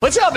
What's up,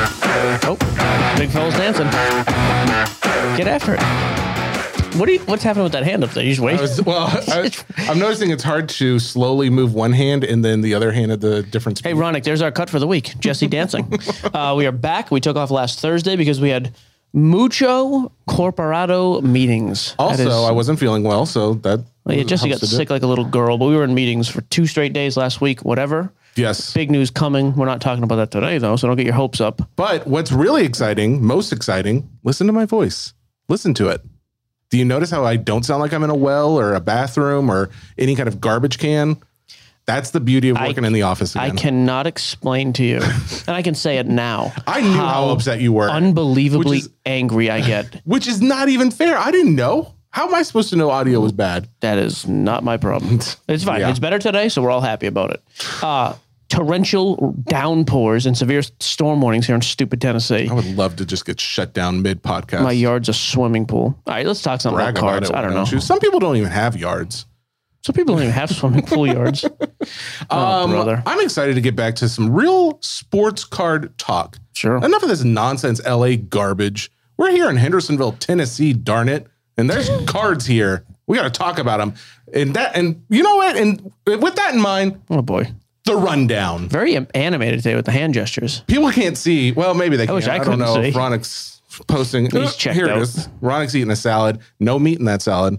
Oh, big fella's dancing. Get after it. What do you? What's happening with that hand up there? You just wait. I was, well, I, am noticing it's hard to slowly move one hand and then the other hand at the different speed. Hey, Ronick, there's our cut for the week. Jesse dancing. uh, we are back. We took off last Thursday because we had mucho corporado meetings. That also, is- I wasn't feeling well, so that uh, well, yeah, Jesse got helps a bit. sick like a little girl, but we were in meetings for two straight days last week. Whatever. Yes, Big news coming. We're not talking about that today though, so don't get your hopes up. but what's really exciting, most exciting, listen to my voice. Listen to it. Do you notice how I don't sound like I'm in a well or a bathroom or any kind of garbage can? That's the beauty of working in the office. Again. I cannot explain to you, and I can say it now. I knew how, upset you were, Unbelievably Which is- angry I get. which is not even fair. I didn't know. How am I supposed to know audio was bad? That is not my problem. It's fine. Yeah. It's better today, so we're all happy about it. Uh, torrential downpours and severe storm warnings here in stupid Tennessee. I would love to just get shut down mid podcast. My yard's a swimming pool. All right, let's talk something about brag about cards. it. I don't why know. you? Some people don't even have yards. Some people don't even have swimming pool yards. Oh, Um, brother. I'm excited to get back to some real sports card talk. Sure. Enough of this nonsense LA garbage. We're here in Hendersonville, Tennessee, darn it. And there's cards here. We got to talk about them. And that and you know what? And with that in mind, Oh, boy. the rundown. Very am- animated today with the hand gestures. People can't see. Well, maybe they can. wish I I, don't couldn't know if see. Ronick's posting. uh, He's checked here out. it is. Ronick's eating a salad. No meat in that salad.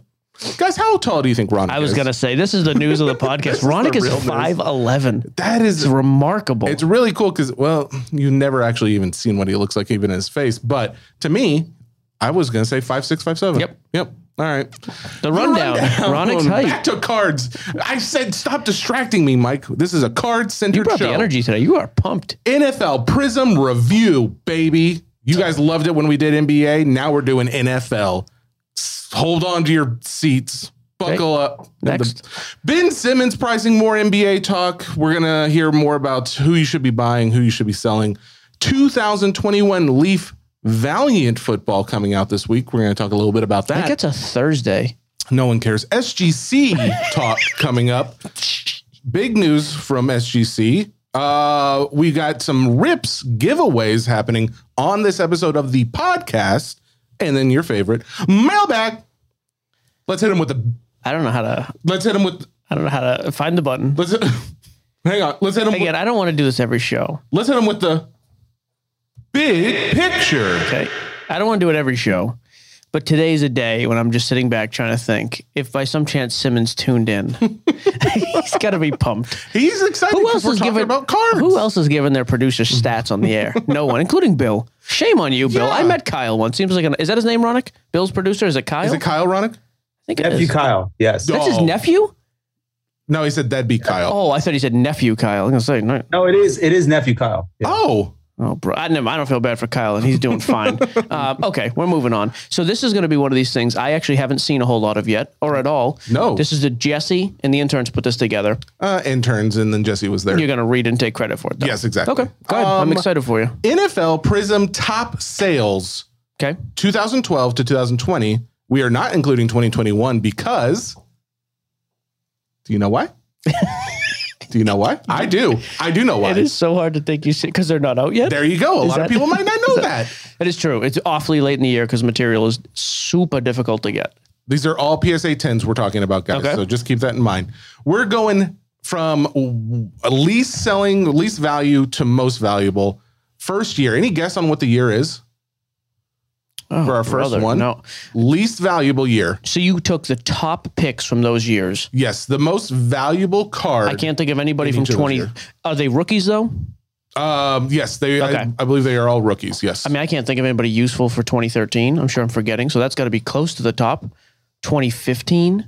Guys, how tall do you think Ronick I was is? going to say, this is the news of the podcast. Ronick is real news. 5'11. That is It's remarkable. It's really cool because, well, you never actually even seen what he looks like, even in his face. But to me, I was going to say five six, five seven. Yep. Yep. All right. the rundown. Ronick's Back height. to cards. I said, stop distracting me, Mike. This is a card You centered brought show. the energy today. You are pumped. NFL Prism Review, baby. You guys loved it when we did NBA. Now we're doing NFL. S- Hold on to your seats. Buckle up. And the- Next. ben Simmons pricing more NBA talk. We're going to hear more about who you should be buying, who you should be selling. 2021 Leaf Valiant football coming out this week. We're going to talk a little bit about I that. think it's a Thursday. No one cares. SGC talk coming up. Big news from SGC. Uh, we got some rips giveaways happening on this episode of the podcast, and then your favorite mailbag. Let's hit him with the. I don't know how to. Let's hit him with. I don't know how to find the button. Let's hit, hang on. Let's hit him. With, Again, I don't want to do this every show. let's hit him with the big picture. Okay. I don't want to do it every show. But today's a day when I'm just sitting back trying to think if by some chance Simmons tuned in, he's got to be pumped. He's excited. Who 'cause else we're is talking giving about cards? Who else is giving their producer stats on the air? No one, including Bill. Shame on you, Bill. I Yeah. met Kyle once. Seems like an, is that his name, Ronick? Bill's producer is it Kyle? Is it Kyle Ronick? I think it Nephew is. Kyle. Yes. That's his Oh. nephew. No, he said that'd be Kyle. Oh, I thought he said nephew Kyle. I'm gonna say no. No, it is. It is nephew Kyle. Yeah. Oh, Oh, bro. I, never, I don't feel bad for Kyle, and he's doing fine. uh, okay, we're moving on. So, this is going to be one of these things I actually haven't seen a whole lot of yet or at all. No. This is the Jesse and the interns put this together. uh, interns, and then Jesse was there. You're going to read and take credit for it. Though. Yes, exactly. Okay, go ahead. I'm Um, excited for you. NFL Prism top sales Okay. 2012 to 2020. We are not including 2021 because. Do you know why? do you know why? I do. I do know why. It is so hard to think you see because they're not out yet. There you go. A Is lot of that- people might not know that. That is true. It's awfully late in the year because material is super difficult to get. These are all PSA 10s we're talking about, guys. Okay. So just keep that in mind. We're going from least selling, least value to most valuable. First year. Any guess on what the year is? Oh, For our first one? No. Least valuable year. So, you took the top picks from those years. Yes, the most valuable card. I can't think of anybody In from each of those 20. years. Are they rookies, though? Um, yes, they. I, Okay. I believe they are all rookies. Yes. I mean, I can't think of anybody useful for 2013. I'm sure I'm forgetting. So that's got to be close to the top. 2015.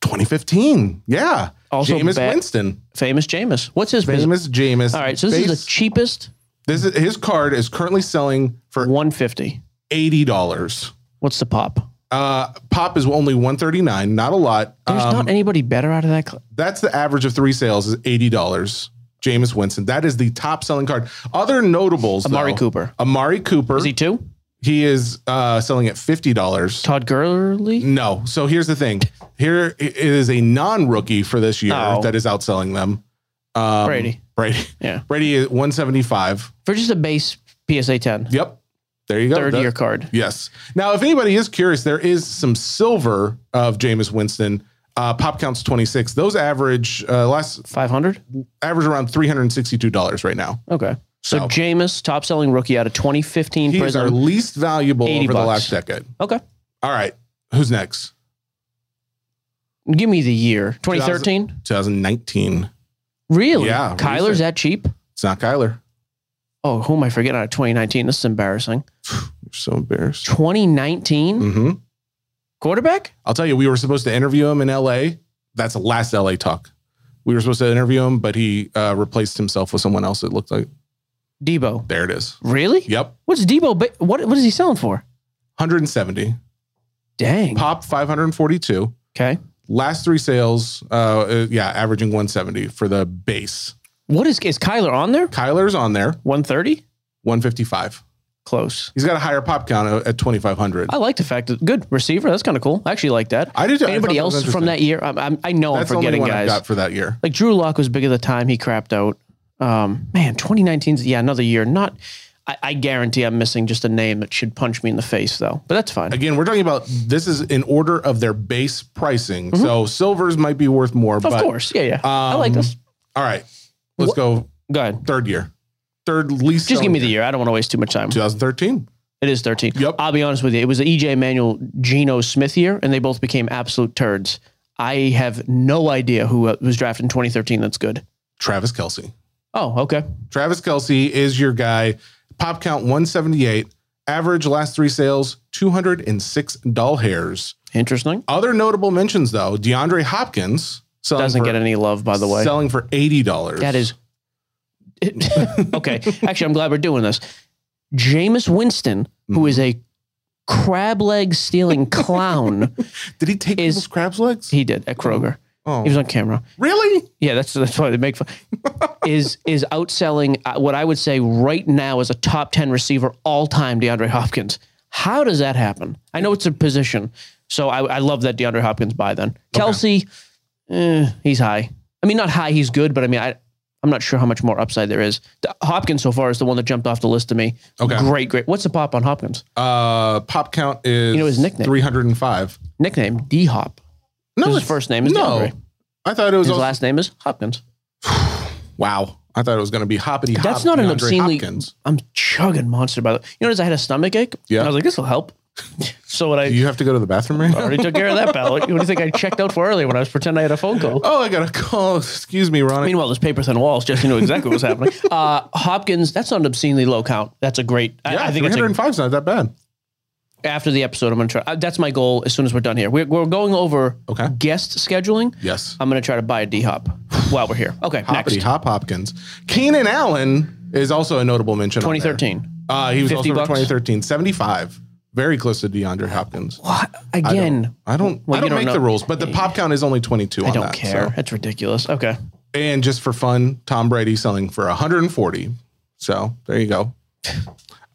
2015. Yeah. Also Jameis back- Winston. Famous Jameis. What's his business? Famous Jameis. All right, so this is Base- the cheapest this is his card is currently selling for 150. eighty dollars. What's the pop? Uh, pop is only 139, not a lot. There's Um, not anybody better out of that. Cl- that's the average of three sales is eighty dollars. Jameis Winston. That is the top selling card. Other notables Amari though. Cooper. Amari Cooper. Is he two? he is uh, selling at fifty dollars. Todd Gurley? No. So here's the thing. Here it is a non-rookie for this year Oh. that is outselling them. Um, Brady. Brady. Yeah. Brady is 175. For just a base PSA 10, Yep. There you go. third That- year card. Yes. Now, if anybody is curious, there is some silver of Jameis Winston. Uh, pop counts 26. Those average uh, last 500? average around $362 right now. Okay. So, So- Jameis, top selling rookie out of 2015 He is our Prism. least valuable 80 over the bucks. last decade. okay. All right. Who's next? Give me the year 2013. 2019. Really? Yeah, Kyler's recent. that cheap? It's not Kyler. Oh, who am I forgetting out of 2019? This is embarrassing. I'm so embarrassed. 2019 hmm quarterback? I'll tell you, we were supposed to interview him in LA. That's the last LA talk. We were supposed to interview him, but he uh, replaced himself with someone else. It looked like Debo. there it is. Really? Yep. What's Debo? ba- What what is he selling for? 170. Dang. Pop 542. Okay. Last three sales, uh, uh, yeah, averaging 170 for the base. What is is Kyler on there? Kyler's on there, 130? 155. Close. He's got a higher pop count uh, at- at 2,500. I like the fact that good receiver. That's kind of cool. I actually like that. I did. Anybody else from that year? I'm, I'm, I know That's I'm the only forgetting one I guys. got for that year. Like Drew Lock was big at the time. He crapped out. Um, man, 2019's yeah another year. Not. I, I guarantee I'm missing just a name that should punch me in the face though. But that's fine. Again, we're talking about this is in order of their base pricing. So silvers might be worth more. Mm-hmm. Of but, course. Yeah, yeah. I like um, this. All right, let's Wh- go Go ahead. third year, third Just least. give selling me the year. I don't want to waste too much time. 2013. It is 13. Yep. I'll be honest with you. It was the EJ Manuel Geno Smith year, and they both became absolute turds. I have no idea who uh, was drafted in 2013 that's good. Travis Kelsey. Oh, okay. Travis Kelsey is your guy. Pop count 178. Average last three sales 206 doll hairs. Interesting. Other notable mentions though, DeAndre Hopkins selling Doesn't for, get any love, by the way. selling for eighty dollars. That is. okay. Actually, I'm glad we're doing this. Jameis Winston, who is a crab leg stealing clown, Did he take is- people's crab's legs? he did at Kroger. oh, He was on camera. really? Yeah, that's that's why they make fun. is is outselling uh, what I would say right now is a top ten receiver all time DeAndre Hopkins. How does that happen? I know it's a position, so I, I love that DeAndre Hopkins by then. Kelsey, eh, he's high. I mean, not high. He's good, but I mean, I I'm not sure how much more upside there is. The- Hopkins so far is the one that jumped off the list to me. Okay. great, great. What's the pop on Hopkins? Uh, pop count is You know his nickname. three hundred and five. Nickname D Hop. No, His it's- first name is DeAndre. I thought it was His also- last name is Hopkins. wow. I thought it was going to be hoppity. hop That's not an DeAndre obscenely. Hopkins. I'm chugging monster by the. You notice I had a stomach ache. Yeah. And I was like, this will help. so what Do I you have to go to the bathroom right now? already took care of that ballot. What do you think I checked out for earlier when I was pretending I had a phone call? Oh, I got a call. Excuse me, Ronnie. Meanwhile, this paper thin walls just knew exactly what was happening. Uh, Hopkins, that's not an obscenely low count. That's a great. yeah, I, I think it's a, 305 is not that bad. after the episode. I'm gonna try. uh, that's my goal. As soon as we're done here, we're, we're going over Okay. guest scheduling. Yes. I'm gonna try to buy a D hop while we're here. Okay, Hoppity next Hop Hopkins. Keenan Allen is also a notable mention. on there. 2013. Uh, he was 50 also bucks? for 2013, 75. Very close to DeAndre Hopkins. What again? I don't, Well, I you don't don't make know. the rules, but the pop count is only 22 I on don't that. care. so. That's ridiculous. Okay. And just for fun, Tom Brady selling for 140. So there you go.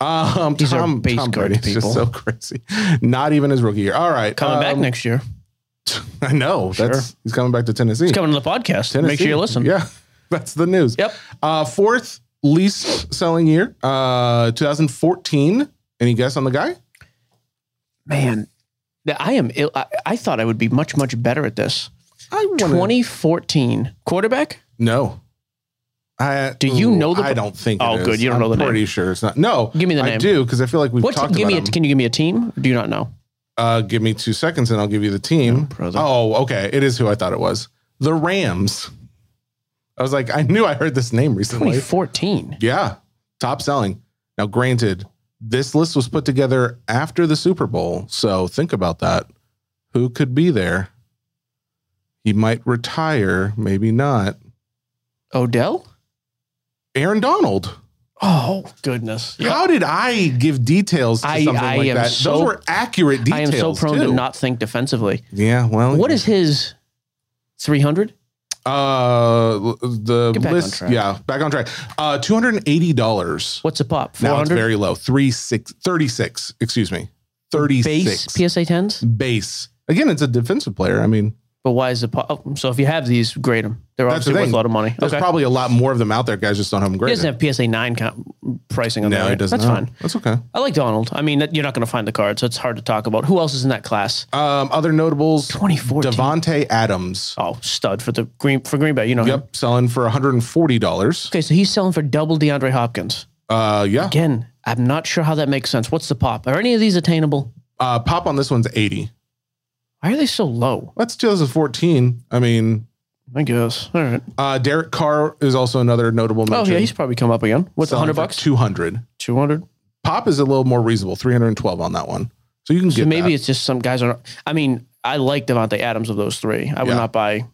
Um, These are Tom, base Tom card Brady is people. just so crazy. Not even his rookie year. All right. Coming back um, next year. I know. That's he's coming back to Tennessee. It's coming to the podcast. Make sure you listen. Yeah, that's the news. Yep. Uh, fourth least selling year, uh, 2014. Any guess on the guy? Man, that- I am ill. I, I thought I would be much, much better at this. I wanna- 2014 quarterback. No. I, Do you ooh, know the- I don't think. it Oh, is. good, you don't I'm know the name. Pretty sure it's not. No, Give me the I name. do because I feel like we've What's talked give about me? A, him. can you give me a team? Or do you not know? uh, give me two seconds and I'll give you the team. brother. Oh, okay. It is who I thought it was. The Rams. I was like, I knew I heard this name recently. 2014. Yeah, top selling. Now, granted, this list was put together after the Super Bowl, so think about that. Who could be there? He might retire, maybe not. Odell? Aaron Donald. Oh, goodness. How did I give details to I- something I like am that? Those so- were accurate details. I am so prone too. Oh, to not think defensively. Yeah, well, What is his 300? uh the Get back on list? track. yeah, back on track. Uh, two hundred and eighty dollars. What's a pop? Now it's 400? very low. Three six thirty six. Excuse me, thirty Base six PSA 10s? base. Again, it's a defensive player. I mean, But why is the pop? Oh, so if you have these, grade them. They're That's the obviously worth thing. a lot of money. there's okay. probably a lot more of them out there. Guys just don't have them he graded. doesn't have PSA 9 co- pricing on there. no, he right? doesn't. That's know. fine. That's okay. I like Donald. I mean, you're not going to find the card, so it's hard to talk about. Who else is in that class? Um, other notables: 2014. Devonte Adams. Oh, stud for the Green for Green Bay. You know him. Yep, selling for one hundred and forty dollars. Okay, so he's selling for double DeAndre Hopkins. Uh, yeah. Again, I'm not sure how that makes sense. What's the pop? Are any of these attainable? Uh, pop on this one's eighty. Why are they so low? That's 2014. I mean, I guess. All right. uh, Derek Carr is also another notable Oh mention. yeah, he's probably come up again. What's Selling hundred for bucks? 200. Two hundred. Pop is a little more reasonable, 312 on that one. So you can So get maybe that. it's just some guys are. Not, I mean, I like Devonte Adams of those three. I would Yeah. not buy.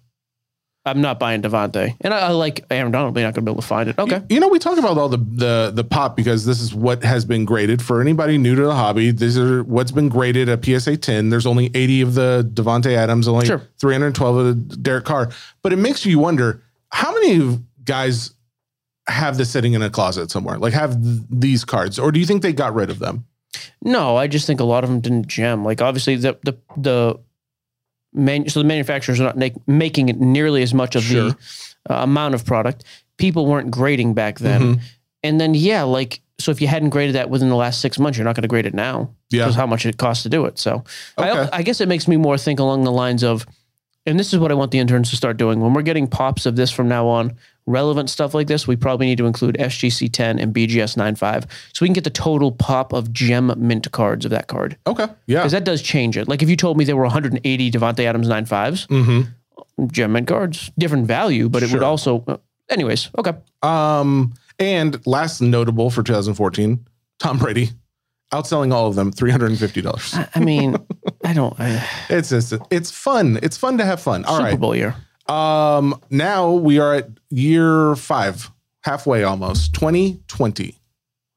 I'm not buying Devonte, and I, I like Aaron Donald. We're not going to be able to find it. Okay. You know, we talk about all the, the the pop because this is what has been graded for anybody new to the hobby. These are what's been graded a PSA 10. There's only 80 of the Devonte Adams, only Sure. 312 of the Derek Carr. But it makes you wonder how many guys have this sitting in a closet somewhere, like have th- these cards, or do you think they got rid of them? No, I just think a lot of them didn't gem. Like obviously the the the man, so the manufacturers are not make, making it nearly as much of Sure. the uh, amount of product. People weren't grading back then, Mhm. and then yeah, like so if you hadn't graded that within the last six months, you're not going to grade it now Yeah. because how much it costs to do it. So Okay. I, I guess it makes me more think along the lines of, and this is what I want the interns to start doing when we're getting pops of this from now on. Relevant stuff like this, we probably need to include SGC 10 and BGS 95 so we can get the total pop of gem mint cards of that card Okay. Yeah. because that does change it. Like if you told me there were 180 Devonte Adams 95s, hmm gem mint cards, different value, but it would Sure. also. uh, anyways, okay. Um, and last notable for 2014, Tom Brady outselling all of them $350. I, I mean, I don't. I, It's just, it's fun. It's fun to have fun. All Super right. Bowl year. Um, now we are at year five, halfway almost, 2020.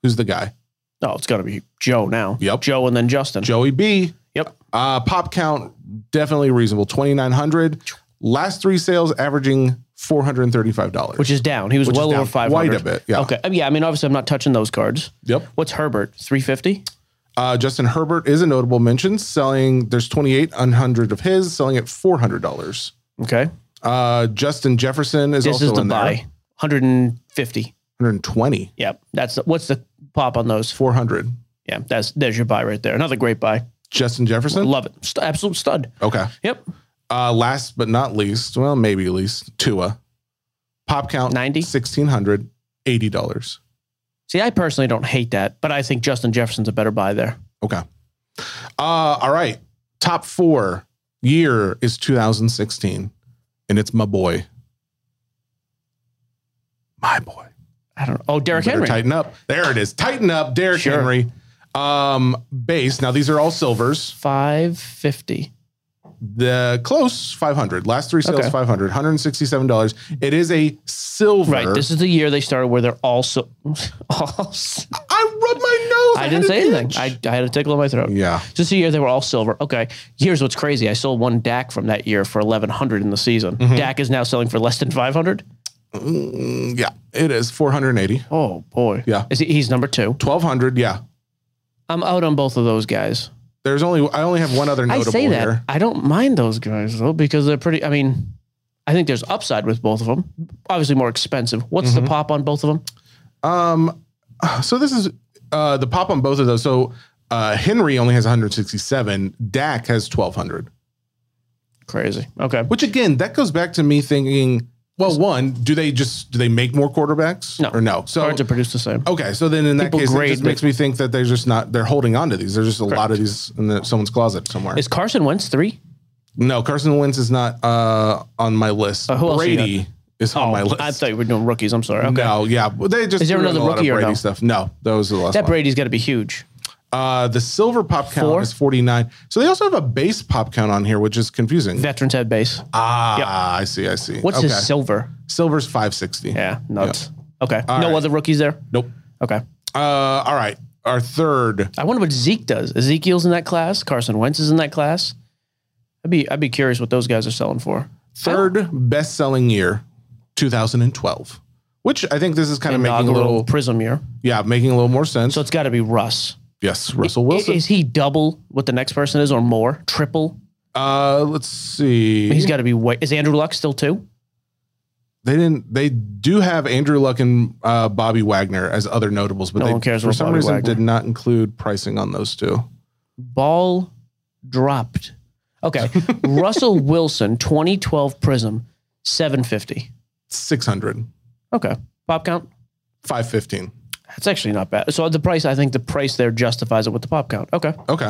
Who's the guy? Oh, it's got to be Joe now. Yep. Joe and then Justin. Joey B. Yep. Uh, pop count, definitely reasonable. 2,900. Last three sales averaging $435. Which is down. He was Which is well down over 500. Quite a bit. Yeah. Okay. Um, Yeah. I mean, obviously, I'm not touching those cards. Yep. What's Herbert? 350? Uh, Justin Herbert is a notable mention, selling there's 2,800 of his, selling at $400. Okay. Uh, Justin Jefferson is This also is the in there, buy. 150. 120, Yep. That's what's the pop on those? 400. Yeah. That's there's your buy right there. Another great buy. Justin Jefferson. Love it. St- absolute stud. Okay. Yep. Uh, last but not least, well, maybe least Tua. Pop count 90? 1600 dollars. See, I personally don't hate that, but I think Justin Jefferson's a better buy there. Okay. Uh, all right. Top four year is 2016, and it's my boy. My boy. I don't. Oh, Derrick Better Henry. Tighten up. There it is. Tighten up, Derrick Sure. Henry. Um, base. Now these are all silvers. 550. The close 500. Last three sales Okay. 500. 167 dollars. It is a silver. Right. This is the year they started where they're also. all, I rubbed my I nose. had didn't an say anything. itch. I, I had a tickle in my throat. yeah. Just a year they were all silver. Okay. Here's what's crazy. I sold one DAC from that year for eleven hundred in the season. Mm-hmm. DAC is now selling for less than five hundred. Mm, yeah. It is 480. Oh boy. Yeah. Is he, he's number two. 1200. Yeah. I'm out on both of those guys. There's only I only have one other I notable say that here. I don't mind those guys though because they're pretty. I mean, I think there's upside with both of them. Obviously more expensive. What's Mm-hmm. the pop on both of them? Um so this is uh the pop on both of those. So uh Henry only has 167. Dak has 1200. Crazy. Okay. Which again, that goes back to me thinking, well, one, do they just do they make more quarterbacks? No. Or no? So Oh. Cards are produced the same. okay, so then in that People case, it grade just makes me think that they're just not they're holding on to these. There's just a lot of these in the, someone's closet somewhere. Is Carson Wentz three? no, Carson Wentz is not uh on my list. Uh, who else you Brady is on my list. Oh, I thought you were doing rookies. I'm sorry. Okay. No, yeah, but they just Is there threw in another a lot of rookie or Brady no? stuff. No, that was the last That one. Brady's got to be huge. Uh, the silver pop count Four. is 49. So they also have a base pop count on here, which is confusing. Veterans have base. ah, I see. I see. What's Okay. his silver? Silver's 560. Yeah, nuts. Okay. no right. other rookies there? Nope. Okay. Uh, all right. Our third. I wonder what Zeke does. Ezekiel's in that class. Carson Wentz is in that class. I'd be I'd be curious what those guys are selling for. Oh. third best selling year, 2012, which I think this is kind of making a Inaugural little, prism year. yeah, making a little more sense. So it's got to be Russ. yes, Russell Wilson. Is he double what the next person is, or more? Triple? Uh, let's see. He's got to be. Way, is Andrew Luck still two? they didn't. They do have Andrew Luck and uh, Bobby Wagner as other notables, but No they, one cares for about some Bobby reason Wagner. did not include pricing on those two. Ball dropped. Okay, Russell Wilson, 2012 prism, 750. 600, Okay, pop count. 515. That's actually not bad. So the price, I think the price there justifies it with the pop count. Okay. Okay.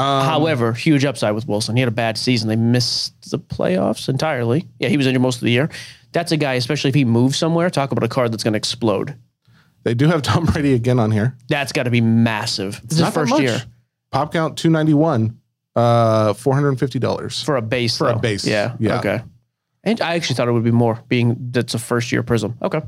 Um, However, huge upside with Wilson. He had a bad season. They missed the playoffs entirely. Yeah, he was injured most of the year. That's a guy, especially if he moves somewhere. Talk about a card that's going to explode. they do have Tom Brady again on here. That's got to be massive. This is Not that first much. year Pop count 291, uh, $450. for a base. For a though. base, Yeah. yeah. Okay. And I actually thought it would be more, being that's a first year prism. Okay.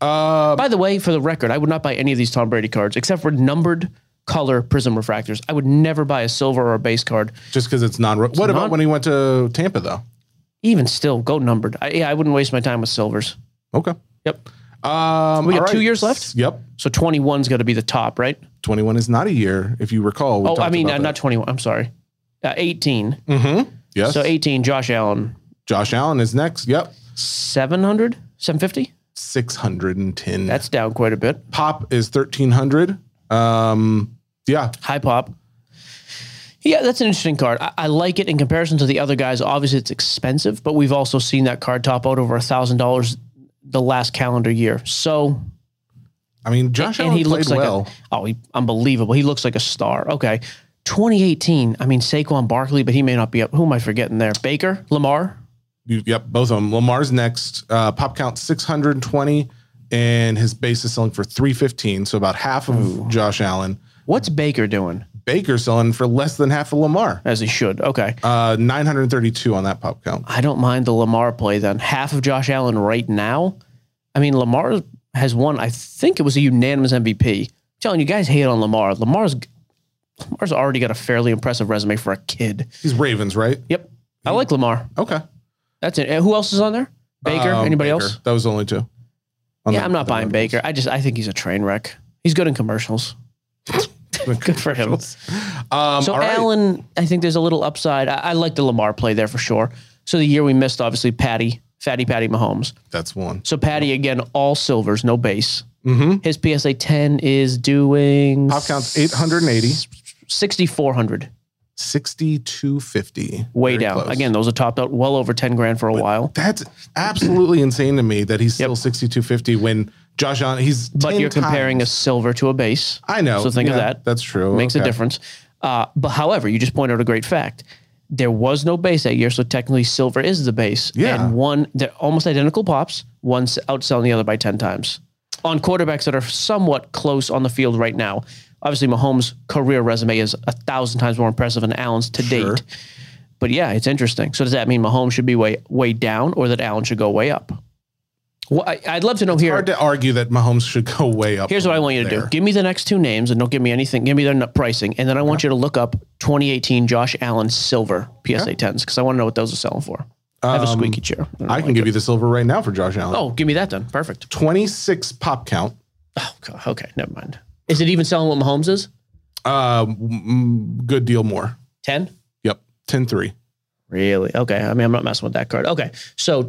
Uh, By the way, for the record, I would not buy any of these Tom Brady cards except for numbered color prism refractors. I would never buy a silver or a base card. just because it's non. What about non- when he went to Tampa though? Even still, go numbered. I, yeah, I wouldn't waste my time with silvers. Okay. Yep. Um, We got all two years left? Yep. So 21's got to be the top, right? 21 is not a year, if you recall. we Oh, I talked mean, about uh, not 21. I'm sorry. Uh, 18. that. Mhm. Yes. So 18, Josh Allen, Josh Allen is next. Yep. 700, 750. 610. That's down quite a bit. Pop is 1300. Um, yeah. High pop. Yeah, that's an interesting card. I, I like it in comparison to the other guys. Obviously, it's expensive, but we've also seen that card top out over $1,000 the last calendar year. So I mean, Josh Allen played like well. a, oh, he, unbelievable. He looks like a star. Okay. 2018, I mean, Saquon Barkley, but he may not be up. Who am I forgetting there? Baker? Lamar? You- yep. Both of them. Lamar's next. Uh, pop count 620. And his base is selling for 315. So about half of Josh Allen. What's Baker doing? Baker selling for less than half of Lamar. As he should. Okay. Uh, 932 on that pop count. I don't mind the Lamar play then. Half of Josh Allen right now. I mean, Lamar has won. I think it was a unanimous MVP. I'm telling you guys, hate on Lamar. Lamar's Lamar's already got a fairly impressive resume for a kid. He's Ravens, right? Yep, I like Lamar. Okay. That's it. And Who else is on there? Baker. Um, Anybody Baker. else? That was the only two. On Yeah, the- I'm not the buying Ravens. Baker. I just I think he's a train wreck. He's good in commercials. Good for him. Um, So all right. Allen, I think there's a little upside. I, I like the Lamar play there for sure. So the year we missed, obviously, Patty, Fatty, Patty Mahomes. That's one. So Patty again, all silvers, no base. Mm-hmm. His PSA 10 is doing Pop counts 880, 6,400, 6250. way Very down. close. Again, those are topped out well over 10 grand for a while. That's absolutely insane to me that he's still 6250 when Josh Allen, he's. But 10 you're comparing times- a silver to a base. I know. so think of Yeah, that. That's true. Makes a Okay. difference. Uh, but however, you just pointed out a great fact. There was no base that year, so technically silver is the base. Yeah. And one, they're almost identical pops, one's outselling the other by 10 times. On quarterbacks that are somewhat close on the field right now, obviously Mahomes' career resume is a thousand times more impressive than Allen's to Sure. date. But yeah, it's interesting. So does that mean Mahomes should be way way down, or that Allen should go way up? Well, I, I'd love to know here. Hard to argue that Mahomes should go way up. Here's what I want you to do. Give me the next two names and don't give me anything. Give me their n- pricing. And then I want you to look up 2018 Josh Allen Silver PSA 10s because I want to know what those are selling for. I have a squeaky chair. I, don't Um, I can like give it. you the silver right now for Josh Allen. Oh, give me that then. Perfect. 26 pop count. Oh, God. Okay. Never mind. Is it even selling what Mahomes is? Um, mm, good deal more. 10? Yep. 10 3. Really? Okay. I mean, I'm not messing with that card. Okay. So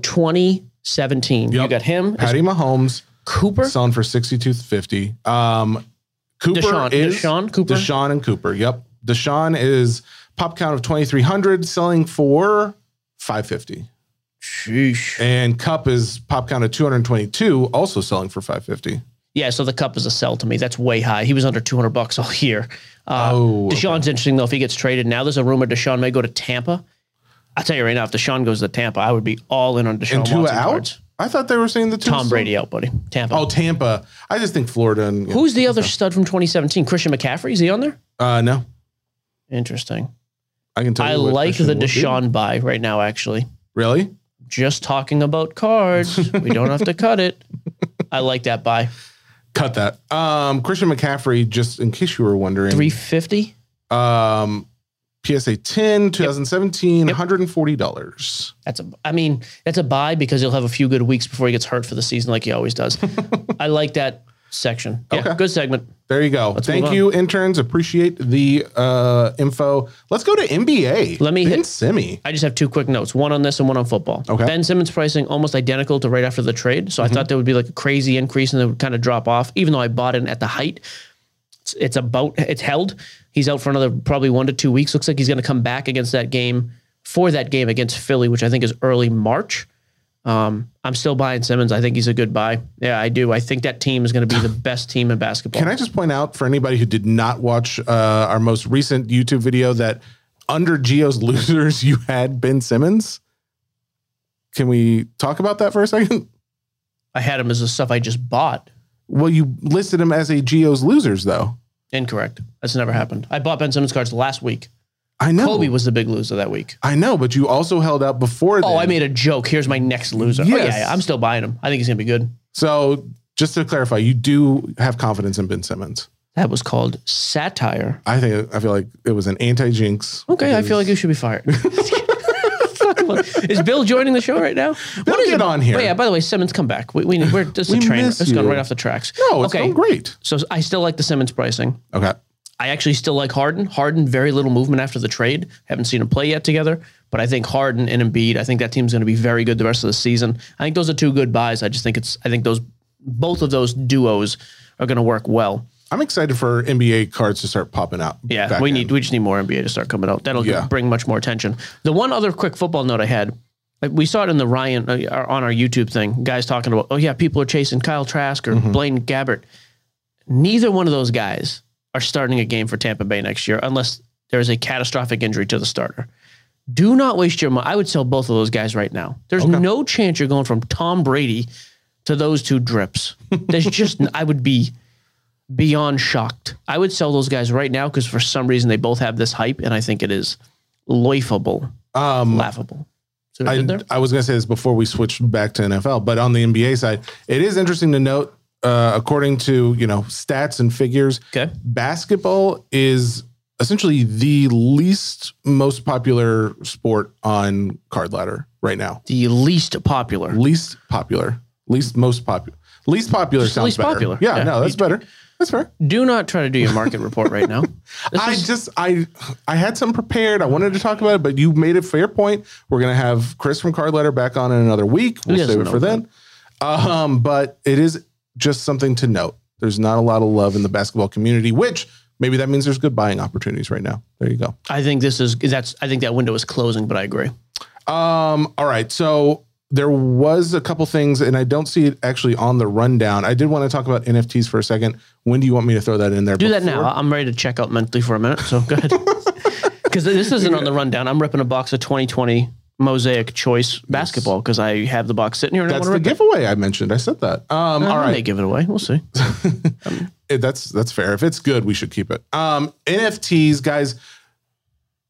2017. You Yep. got him. Is Patty Mahomes. Cooper. selling for sixty two fifty. Um, Cooper Deshaun- is Deshaun Cooper? Deshaun and Cooper. Yep, Deshaun is pop count of twenty three hundred, selling for five fifty, Sheesh. and Cup is pop count of two hundred twenty two, also selling for five fifty. Yeah. So the cup is a sell to me. That's way high. He was under 200 bucks all year. Uh, Oh, Deshaun's interesting though. If he gets traded now, there's a rumor Deshaun may go to Tampa. I'll tell you right now, if Deshaun goes to Tampa, I would be all in on Deshaun and Tua Watson out. Oh, cards. I thought they were saying the two. Tom Brady out, buddy. Tampa. Oh, Tampa. I just think Florida and Who's the other stud from 2017? Christian McCaffrey? Is he on there? Uh, no, Interesting. I can tell. I you what like Christian the Wood did. Deshaun buy right now, actually. Really? Just talking about cards. we don't have to cut it. I like that buy. Cut that. Um, Christian McCaffrey. Just in case you were wondering. 350? Um, PSA 10, 2017, Yep. $140. That's a I mean, that's a buy because he'll have a few good weeks before he gets hurt for the season like he always does. I like that section. Yeah, Okay. good segment. There you go. Let's move Thank on. you, interns. Appreciate the uh, info. Let's go to NBA. Let me ben hit- Simi. I just have two quick notes, one on this and one on football. Okay. Mm-hmm. Ben Simmons pricing almost identical to right after the trade. So I thought there would be like a crazy increase and it would kind of drop off, even though I bought in at the height. It's, it's about, it's held. He's out for another probably one to two weeks. Looks like he's going to come back against that game for that game against Philly, which I think is early March. Um, I'm still buying Simmons. I think he's a good buy. Yeah, I do. I think that team is going to be the best team in basketball. Can I just point out for anybody who did not watch uh, our most recent YouTube video that under Geo's losers, you had Ben Simmons? Can we talk about that for a second? I had him as the stuff I just bought. Well, you listed him as a Geo's losers, though. Incorrect. That's never happened. I bought Ben Simmons cards last week. I know. Kobe was the big loser that week. I know, but you also held out before Oh, I then. made a joke. Here's my next loser. Oh, yeah, Yes. yeah, I'm still buying him. I think he's gonna be good. So just to clarify, you do have confidence in Ben Simmons. That was called satire. I think I feel like it was an anti jinx. Okay, I feel like you should be fired. Fuck, look. Is Bill joining the show right now? Bill, is get it- on here. Oh, yeah, by the way, Simmons, come back. We, we need, we're just a We train. miss It's gone you. right off the tracks. No, it's okay. going great. So I still like the Simmons pricing. Okay. I actually still like Harden. Harden, very little movement after the trade. Haven't seen him play yet together, but I think Harden and Embiid. I think that team's going to be very good the rest of the season. I think those are two good buys. I just think it's. I think those both of those duos are going to work well. I'm excited for NBA cards to start popping out. Yeah, back we in. need we just need more NBA to start coming out. That'll Yeah. bring much more attention. The one other quick football note I had, like we saw it in the Ryan uh, our- on our YouTube thing. Guys talking about, oh yeah, people are chasing Kyle Trask or Mm-hmm. Blaine Gabbert. Neither one of those guys are starting a game for Tampa Bay next year unless there is a catastrophic injury to the starter. Do not waste your money. I would sell both of those guys right now. There's no chance you're going from Tom Brady to those two drips. There's just I would be beyond shocked. I would sell those guys right now because for some reason they both have this hype, and I think it is loifable, Um, laughable. So I, did I, there? I was going to say this before we switched back to NFL, but on the NBA side, it is interesting to note, uh, according to you know stats and figures, Okay. basketball is essentially the least most popular sport on card ladder right now. The least popular. Least popular, least most popular, least popular Just the sounds least better. popular. Yeah, Yeah. no, that's better. That's fair. Do not try to do your market report right now. This I is- just I I had some prepared. I wanted to talk about it, but you made a fair point. We're gonna have Chris from Card Letter back on in another week. We'll doesn't save it know for then. Um, but it is just something to note. There's not a lot of love in the basketball community, which maybe that means there's good buying opportunities right now. There you go. I think this is that's. I think that window is closing, but I agree. Um, all right. So there was a couple things, and I don't see it actually on the rundown. I did want to talk about NFTs for a second. When do you want me to throw that in there? Do that now. I'm ready to check out mentally for a minute. So go ahead. Because this isn't on the rundown. I'm ripping a box of 2020 Mosaic Choice basketball because I have the box sitting here. And That's I the want to rip giveaway I mentioned. I said that. Um, it. all I right. may give it away. We'll see. it- Eh, that's that's fair. If it's good, we should keep it. Um, NFTs, guys.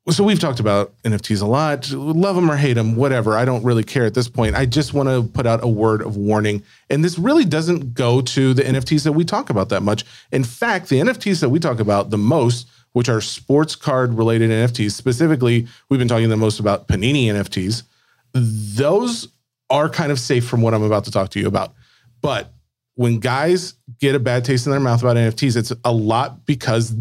So we've talked about NFTs a lot. Love them or hate them, whatever. I don't really care at this point. I just want to put out a word of warning. And this really doesn't go to the NFTs that we talk about that much. In fact, the NFTs that we talk about the most, which are sports card related NFTs, specifically, we've been talking the most about Panini NFTs. Those are kind of safe from what I'm about to talk to you about. But when guys get a bad taste in their mouth about NFTs, it's a lot because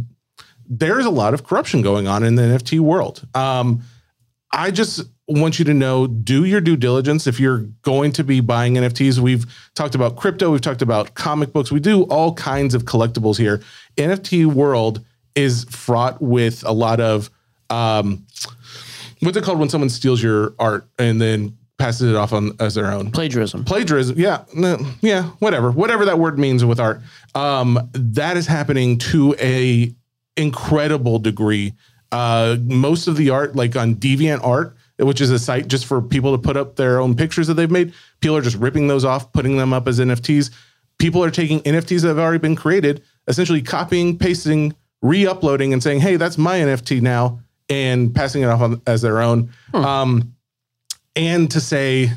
there's a lot of corruption going on in the NFT world. Um, I just want you to know do your due diligence if you're going to be buying NFTs. We've talked about crypto, we've talked about comic books, we do all kinds of collectibles here. NFT world is fraught with a lot of um, what's it called when someone steals your art and then passes it off on as their own Plagiarism. plagiarism yeah no, yeah whatever whatever that word means with art um that is happening to a incredible degree uh most of the art like on deviant art which is a site just for people to put up their own pictures that they've made people are just ripping those off putting them up as nfts people are taking nfts that have already been created essentially copying pasting re-uploading and saying, "Hey, that's my NFT now," and passing it off on, as their own, um, and to say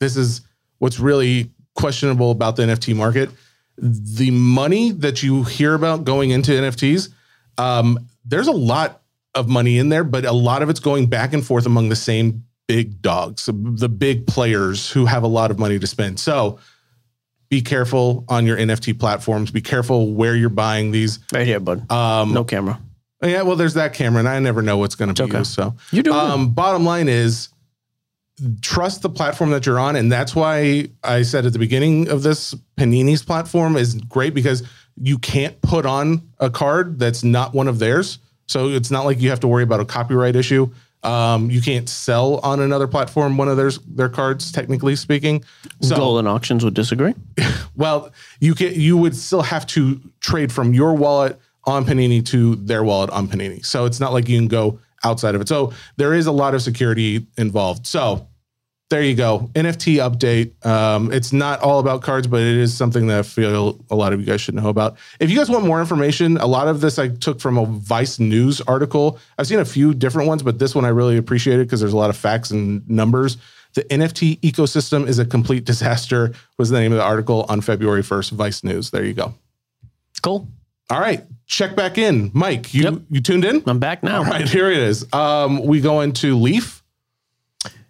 this is what's really questionable about the NFT market. The money that you hear about going into NFTs, um, there's a lot of money in there, but a lot of it's going back and forth among the same big dogs, the big players who have a lot of money to spend. So be careful on your NFT platforms. Be careful where you're buying these. Right here, bud. Um, no camera. yeah, well, there's that camera, and I never know what's going to be okay. used. So, You do. um, bottom line is trust the platform that you're on, and that's why I said at the beginning of this, Panini's platform is great because you can't put on a card that's not one of theirs. So it's not like you have to worry about a copyright issue. Um, you can't sell on another platform one of theirs their cards, technically speaking. So Golden auctions would disagree. well, you can you would still have to trade from your wallet on Panini to their wallet on Panini. So it's not like you can go outside of it. So there is a lot of security involved. So there you go. NFT update. Um, it's not all about cards, but it is something that I feel a lot of you guys should know about. If you guys want more information, a lot of this I took from a Vice News article. I've seen a few different ones, but this one I really appreciated because there's a lot of facts and numbers. The NFT ecosystem is a complete disaster was the name of the article on February 1st, Vice News. There you go. Cool. All right. Check back in. Mike, you, Yep. you tuned in? I'm back now. All right, here it is. Um, we go into Leaf.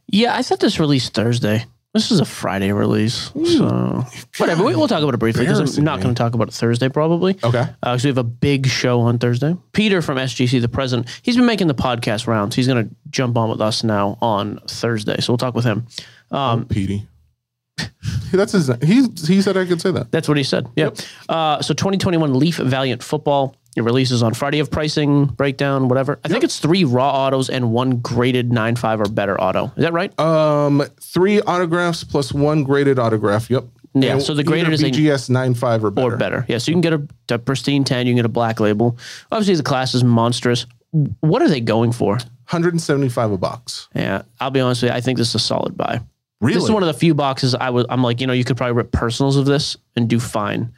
Yeah, I thought this released Thursday. This is a Friday release, so whatever. We, we'll talk about it briefly because Embarrassing I'm not me. going to talk about it Thursday probably. Okay. Uh, 'cause we have a big show on Thursday. Peter from SGC, the president, he's been making the podcast rounds. He's going to jump on with us now on Thursday, so we'll talk with him. Um, Petey. That's his. He he said I could say that. that's what he said. Yeah. Uh, so 2021 Leaf Valiant Football. It releases on Friday of pricing breakdown, whatever. I think it's three raw autos and one graded nine five or better auto. Is that right? Um, three autographs plus one graded autograph. Yep. Yeah, so the graded either is a- BGS nine five or better. or better. Yeah, so you can get a, a pristine 10, you can get a black label. Obviously, the class is monstrous. What are they going for? Hundred and seventy five a box. Yeah, I'll be honest with you. I think this is a solid buy. This is Really? one of the few boxes I was. I'm like, you know, you could probably rip personals of this and do fine.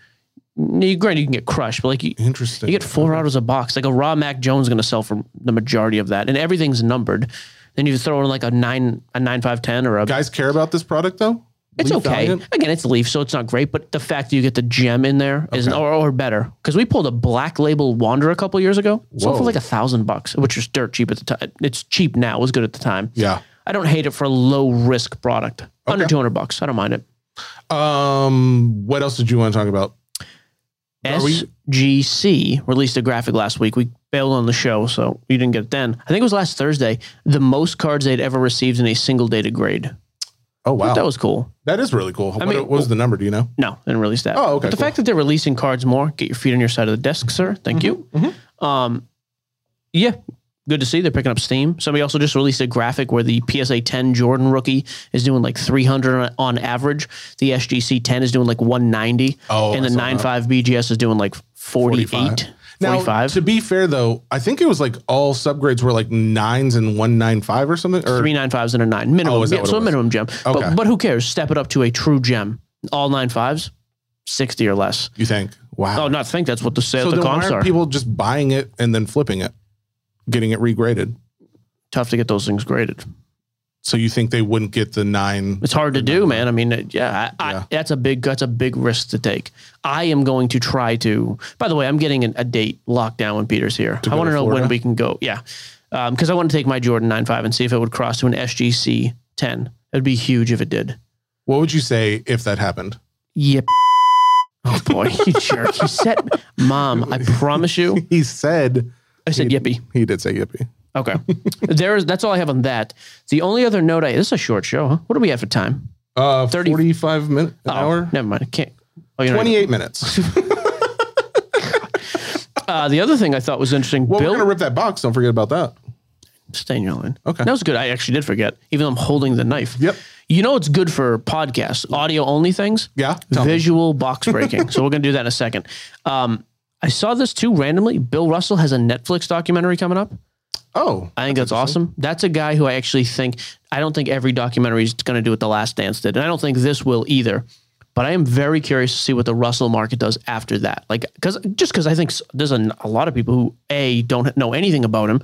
You, granted, you can get crushed, but like you, you Interesting. get four autos a box. Like a raw Mac Jones going to sell for the majority of that, and everything's numbered. Then you throw in like a nine, a nine five ten, or a Guys care about this product though. it's Leaf okay. Valiant? Again, it's Leaf, so it's not great, but the fact that you get the gem in there is or, or better. Because we pulled a black label Wander a couple years ago, sold for Whoa. like a thousand bucks, which was dirt cheap at the time. It's cheap now, it was good at the time. Yeah. I don't hate it for a low risk product. Under Okay. 200 bucks. I don't mind it. Um. What else did you want to talk about? Are we- SGC released a graphic last week. We bailed on the show, so you didn't get it then. I think it was last Thursday. The most cards they'd ever received in a single data grade. Oh wow, That was cool. that is really cool. what, mean- oh, what was the number? Do you know? No, they didn't release that. Oh, okay, But the cool. Mm-hmm, fact that they're releasing cards more, get your feet on your side of the desk, sir. Thank you. Um, yeah, good to see they're picking up steam. Somebody also just released a graphic where the PSA 10 Jordan rookie is doing like 300 on, on average. The SGC 10 is doing like 190. Oh, and I the saw 95 BGS is doing like 48, 45. Now, to be fair though, I think it was like all subgrades were like nines and one nine five or something. Or three nine fives and a nine minimum. Oh, is that Yeah, what so it a was? minimum gem. Okay. But, but who cares? Step it up to a true gem. All nine fives, 60 or less. you think? Wow. Oh, not think that's what the sale so the then why comps aren't are. people just buying it and then flipping it, getting it regraded? tough to get those things graded. So you think they wouldn't get the nine? It's hard to do, man. I mean, uh, yeah, I, Yeah. I, that's a big that's a big risk to take. I am going to try to. By the way, I'm getting an, a date locked down when Peter's here. I go want to to know Florida? when we can go. Yeah, because I want to take my Jordan 9.5 and see if it would cross to an SGC 10. It'd be huge if it did. What would you say if that happened? Yep. Oh boy, you jerk! You said, "Mom, I promise you." He said I said, "Yippee." he did say yippee. Okay, there is. That's all I have on that. The only other note I this is a short show. Huh? What do we have for time? Uh, 30 forty-five minutes, an hour, Never mind. I can't. Oh, you're not- twenty-eight minutes. Uh, the other thing I thought was interesting, Well, we're Bill. gonna rip that box. Don't forget about that. stay in your line. Okay. That was good. I actually did forget, even though I'm holding the knife. Yep. You know it's good for podcasts, audio only things? Yeah, tell me. Visual box breaking. so we're going to do that in a second. Um, I saw this too randomly. Bill Russell has a Netflix documentary coming up. Oh, I think that's, awesome. That's a guy who I actually think I don't think every documentary is going to do what The Last Dance did, and I don't think this will either. But I am very curious to see what the Russell market does after that. Like, because just because I think s- there's a, a lot of people who a don't know anything about him,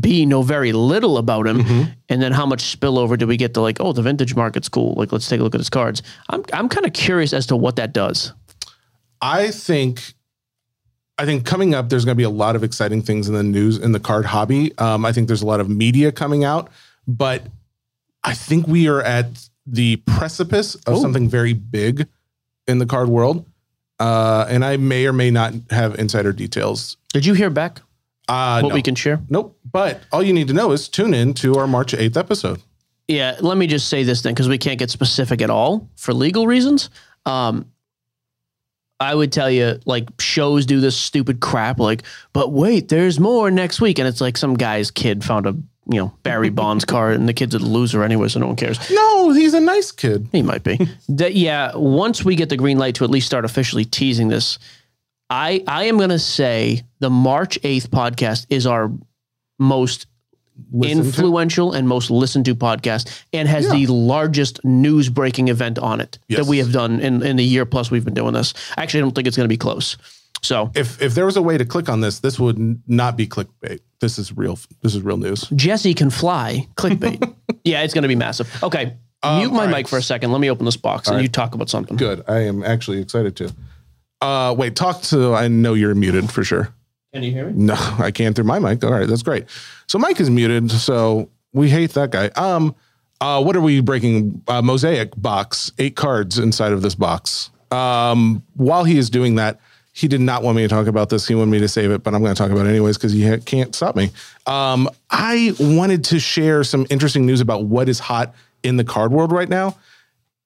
b know very little about him, Mm-hmm. and then how much spillover do we get to like, oh, the vintage market's cool. Like, let's take a look at his cards. I'm I'm kind of curious as to what that does. I think I think coming up, there's going to be a lot of exciting things in the news in the card hobby. Um, I think there's a lot of media coming out, but I think we are at the precipice of something very big in the card world. Uh, and I may or may not have insider details. Did you hear back Uh, what no. we can share? nope. But all you need to know is tune in to our March 8th episode. Yeah, let me just say this then, because we can't get specific at all for legal reasons. Um, I would tell you, like, shows do this stupid crap, like, but wait, there's more next week. And it's like some guy's kid found a, you know, Barry Bonds card, and the kid's a loser anyway, so no one cares. No, he's a nice kid. He might be. that, yeah, once we get the green light to at least start officially teasing this, I, I am going to say the March 8th podcast is our most Listen to- influential and most listened to podcast and has the largest news breaking event on it Yes. that we have done in, in the year plus we've been doing this. Actually, I don't think it's going to be close. So if if there was a way to click on this, this would n- not be clickbait. This is real. This is real news. Jesse can fly clickbait. yeah, it's going to be massive. Okay. Mute my Um, all right. mic for a second. Let me open this box and you talk about something. Good. I am actually excited to. Uh, wait, talk to. I know you're muted for sure. Can you hear me? No, I can through my mic. All right, that's great. So Mike is muted. So we hate that guy. Um, uh, what are we breaking? Uh, mosaic box. Eight cards inside of this box. Um, while he is doing that, he did not want me to talk about this. He wanted me to save it, but I'm going to talk about it anyways because he ha- can't stop me. Um, I wanted to share some interesting news about what is hot in the card world right now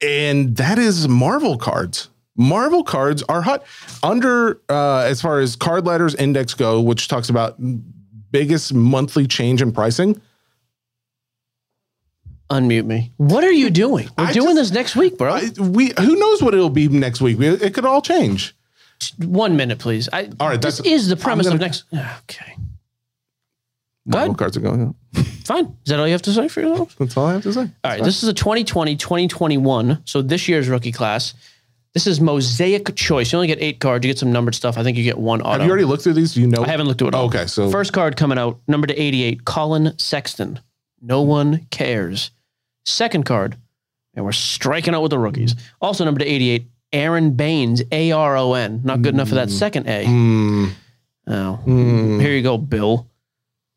and that is Marvel cards. Marvel cards are hot under uh, as far as card letters index go, which talks about biggest monthly change in pricing. Unmute me. What are you doing? We're I doing this just- next week, bro. I, we who knows what it'll be next week? We- It could all change. One minute, please. I, All right, this that's- is the premise gonna- of next. Okay. Marvel Good. cards are going up. Fine. Is that all you have to say for yourself? That's all I have to say. All right, this is a 2020 2021. So this year's rookie class. This is mosaic choice. You only get eight cards. You get some numbered stuff. I think you Oh, get one auto. Have you already looked through these? Do you know? I haven't looked at it. all. Okay, so First card coming out, number to 88, Colin Sexton. No one cares. Second card, and we're striking out with the rookies. Also, number to 88, Aaron Baines, A R O N. Not good enough for that second A. Mm, Oh, mm. here you go, Bill.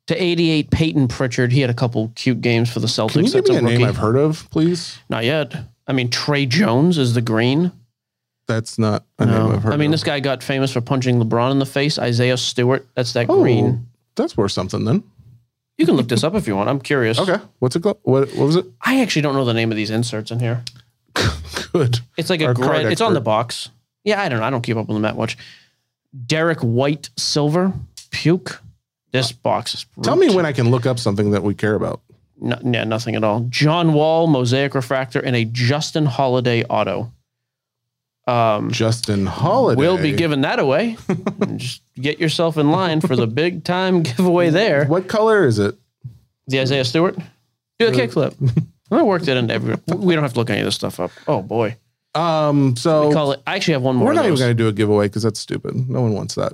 To 88, Peyton Pritchard. He had a couple cute games for the Celtics. can you give That's me a a name rookie. I've heard of, please? Not yet. I mean, Trey Jones is the green. That's not a name No. I've heard. I mean, of. this guy got famous for punching LeBron in the face. Isaiah Stewart, that's that Oh, green. That's worth something then. You can look this up if you want. I'm curious. Okay, what's it called? What, what was it? I actually don't know the name of these inserts in here. Good. It's like a Our card grid. It's on the expert. box. Yeah, I don't know. I don't keep up with them that much. Derek White Silver Puke. This box is Tell me when I can look up something that we care about. No, yeah, nothing at all. John Wall Mosaic Refractor and a Justin Holiday Auto. Um, Justin Holiday. We'll be giving that away. Just get yourself in line for the big time giveaway there. What color is it? The Isaiah Stewart. Do a kickflip. I'm gonna work that into every. We don't have to look any of this stuff up. Oh boy, Um. we So call it. I actually have one more. we're of not even those. going to do a giveaway because that's stupid. No one wants that.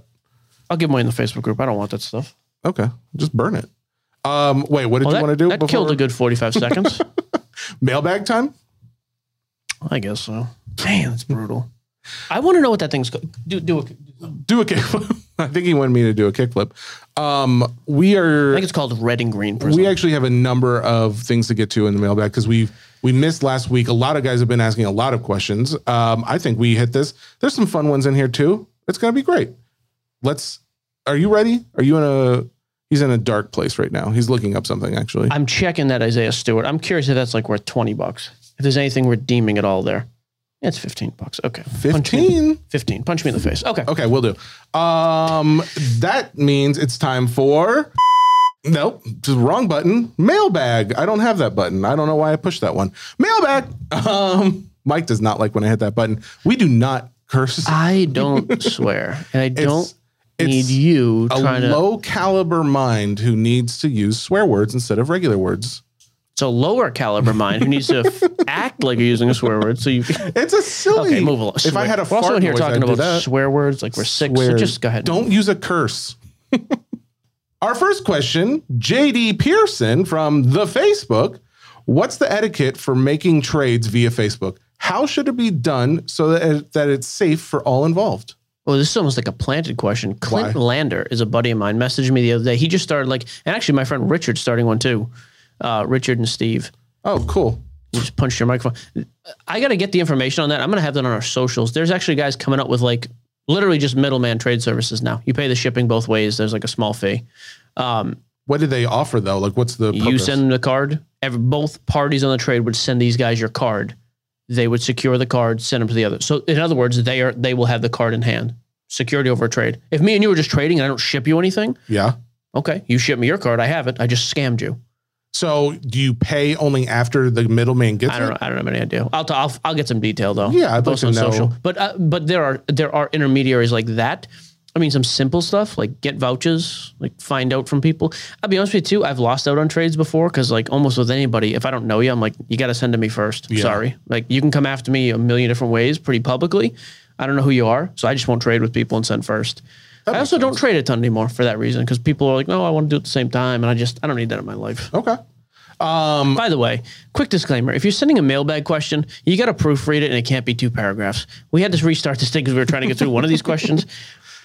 I'll give mine in the Facebook group. I don't want that stuff. Okay, just burn it. Um. Wait, what did Well, you that, want to do? that killed a good 45 seconds. mailbag time. I guess so. Damn, that's brutal. I want to know what that thing's. Co- do do. A, I Do a kickflip. I think he wanted me to do a kickflip. Um. We are. think it's called Red and Green Prison. We actually have a number of things to get to in the mailbag because we we missed last week. A lot of guys have been asking a lot of questions. Um. I think we hit this. There's some fun ones in here too. It's going to be great. Let's. Are you ready? Are you in a? He's in a dark place right now. He's looking up something actually. I'm checking that Isaiah Stewart. I'm curious if that's like worth 20 bucks. If there's anything redeeming at all there. Yeah, it's 15 bucks. Okay. Punch me in the- 15 15. Punch me in the face. Okay. okay we'll do um that means it's time for nope just wrong button mailbag i don't have that button i don't know why i pushed that one mailbag um mike does not like when i hit that button we do not curse I don't swear. And I don't it's need you a trying to. low caliber mind who needs to use swear words instead of regular words It's a lower caliber mind who needs to f- act like you're using a swear word. So you It's a silly. okay, move along. If I had a we're also fart in here noise, talking I'd do about that. swear words, like we're six. So Swears. just go ahead. Don't use a curse. Our first question, JD Pearson from the Facebook. What's the etiquette for making trades via Facebook? How should it be done so that, it- that it's safe for all involved? Well, this is almost like a planted question. Clint Why? Lander is a buddy of mine. Messaged me the other day. He just started like, and actually, my friend Richard's starting one too. Uh, Richard and Steve. Oh, cool. You just punched your microphone. I got to get the information on that. I'm going to have that on our socials. There's actually guys coming up with like literally just middleman trade services now. You pay the shipping both ways. There's like a small fee. Um, What do they offer though? Like, what's the You purpose? send them the card. Every, both parties on the trade would send these guys your card. They would secure the card, send them to the other. So in other words, they are they will have the card in hand. Security over a trade. If me and you were just trading and I don't ship you anything, yeah. okay, you ship me your card. I have it. I just scammed you. So do you pay only after the middleman gets I don't it? know. I don't have any idea. I'll t- I'll, I'll get some detail though. Yeah, I'd like Post to on know. social. But uh, but there are there are intermediaries like that. I mean, some simple stuff like get vouchers, like find out from people. I'll be honest with you too. I've lost out on trades before because like almost with anybody, if I don't know you, I'm like, you got to send to me first. Yeah. Sorry, like you can come after me a million different ways, pretty publicly. I don't know who you are, so I just won't trade with people and send first. I also don't trade a ton anymore for that reason because people are like, no, I want to do it at the same time, and I just I don't need that in my life. Okay. By the way, quick disclaimer: if you're sending a mailbag question, you got to proofread it, and it can't be two paragraphs. We had to restart this thing because we were trying to get through one of these questions.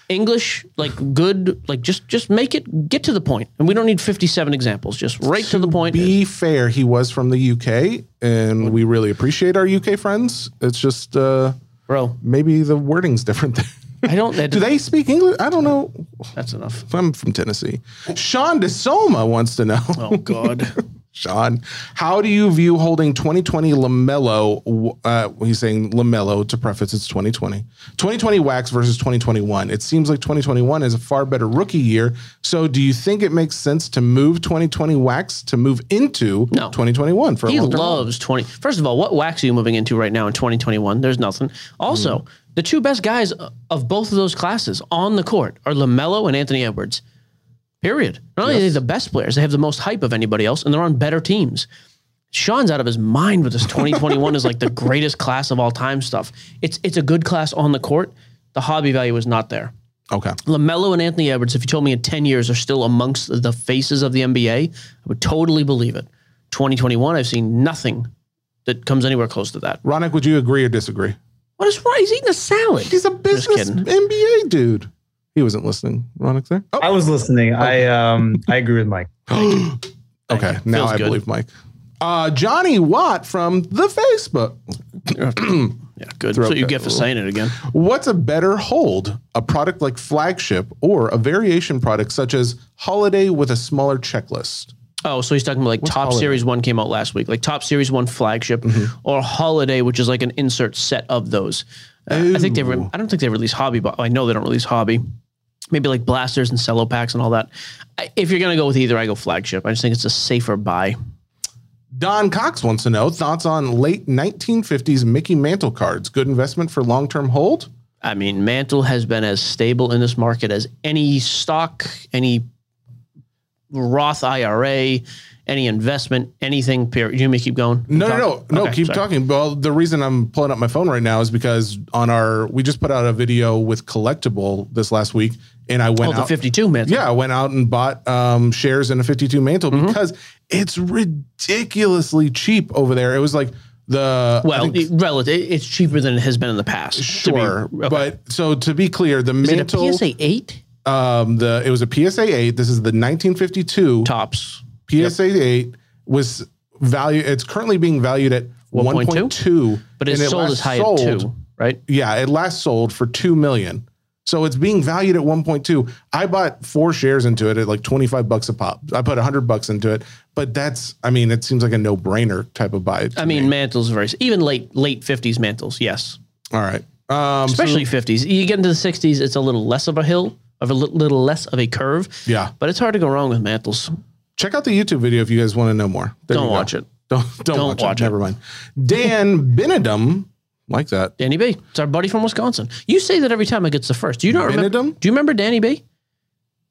English, like good, like just just make it get to the point, and we don't need 57 examples. Just right to, the point. Be fair, he was from the UK, and we really appreciate our UK friends. It's just uh, bro. maybe the wording's different. I don't. That, Do they speak English? I don't know. that's enough. I'm from Tennessee. Sean DeSoma wants to know. Oh God. Sean, how do you view holding 2020 LaMelo? Uh, he's saying LaMelo to preface it's 2020. 2020 Wax versus 2021. It seems like 2021 is a far better rookie year. So do you think it makes sense to move 2020 Wax to move into No. 2021 for He a long term? loves 20. First of all, what wax are you moving into right now in 2021? There's nothing. Also, Hmm. the two best guys of both of those classes on the court are LaMelo and Anthony Edwards. Period. Not only are they the best players, they have the most hype of anybody else, and they're on better teams. Sean's out of his mind with this 2021 is like the greatest class of all time stuff. It's it's a good class on the court. The hobby value is not there. Okay. LaMelo and Anthony Edwards, if you told me in 10 years are still amongst the faces of the NBA, I would totally believe it. 2021, I've seen nothing that comes anywhere close to that. Ronick, would you agree or disagree? What is wrong? He's eating a salad. He's a business kidding. NBA dude. He wasn't listening. Ronick there? Oh, I was listening. I um I agree with Mike. okay. Now Feels I good. believe Mike. Uh, Johnny Watt from the Facebook. yeah, good. That's what you Throwback. get for saying it again. What's a better hold? A product like Flagship or a variation product such as Holiday with a smaller checklist? Oh, so he's talking about like Top Holiday? Series 1 came out last week, like Top Series 1 flagship or Holiday, which is like an insert set of those. Uh, I think they re- I don't think they release Hobby, but I know they don't release Hobby. Maybe like blasters and cello packs and all that. I, if you're going to go with either, I go flagship. I just think it's a safer buy. Don Cox wants to know thoughts on late 1950s Mickey Mantle cards. Good investment for long term hold? I mean, Mantle has been as stable in this market as any stock, any Roth IRA, any investment, anything. Period. You may keep going. No, no, no, no. Okay, keep sorry. talking. Well, the reason I'm pulling up my phone right now is because on our we just put out a video with collectible this last week, and I went Oh, the out. 52 Mantle. Yeah, I went out and bought um, shares in a 52 Mantle Mm-hmm. because it's ridiculously cheap over there. It was like the I Well, think- it, relative, it's cheaper than it has been in the past. to be- sure, okay. but so to be clear, the is Mantle, it a PSA eight um, the it was a PSA eight. This is the 1952 tops? PSA eight was value. It's currently being valued at 1.2? 1.2, But it's and it sold last as high sold- at two, right? Yeah, it last sold for two million. So it's being valued at 1.2. I bought four shares into it at like 25 bucks a pop. I put 100 bucks into it, but that's I mean, it seems like a no-brainer type of buy. to I mean, me. Mantle's very even late late 50s Mantles. Yes, all right. Um so- especially 50s. You get into the 60s, it's a little less of a hill, of a li- little less of a curve. yeah. But it's hard to go wrong with Mantles. Check out the YouTube video if you guys want to know more. There Don't you go. watch it. Don't don't, watch, it. Never mind. Dan Benedum like that. Danny B. It's our buddy from Wisconsin. You say that every time it gets the first. Do you not remember? Benedum? Do you remember Danny B?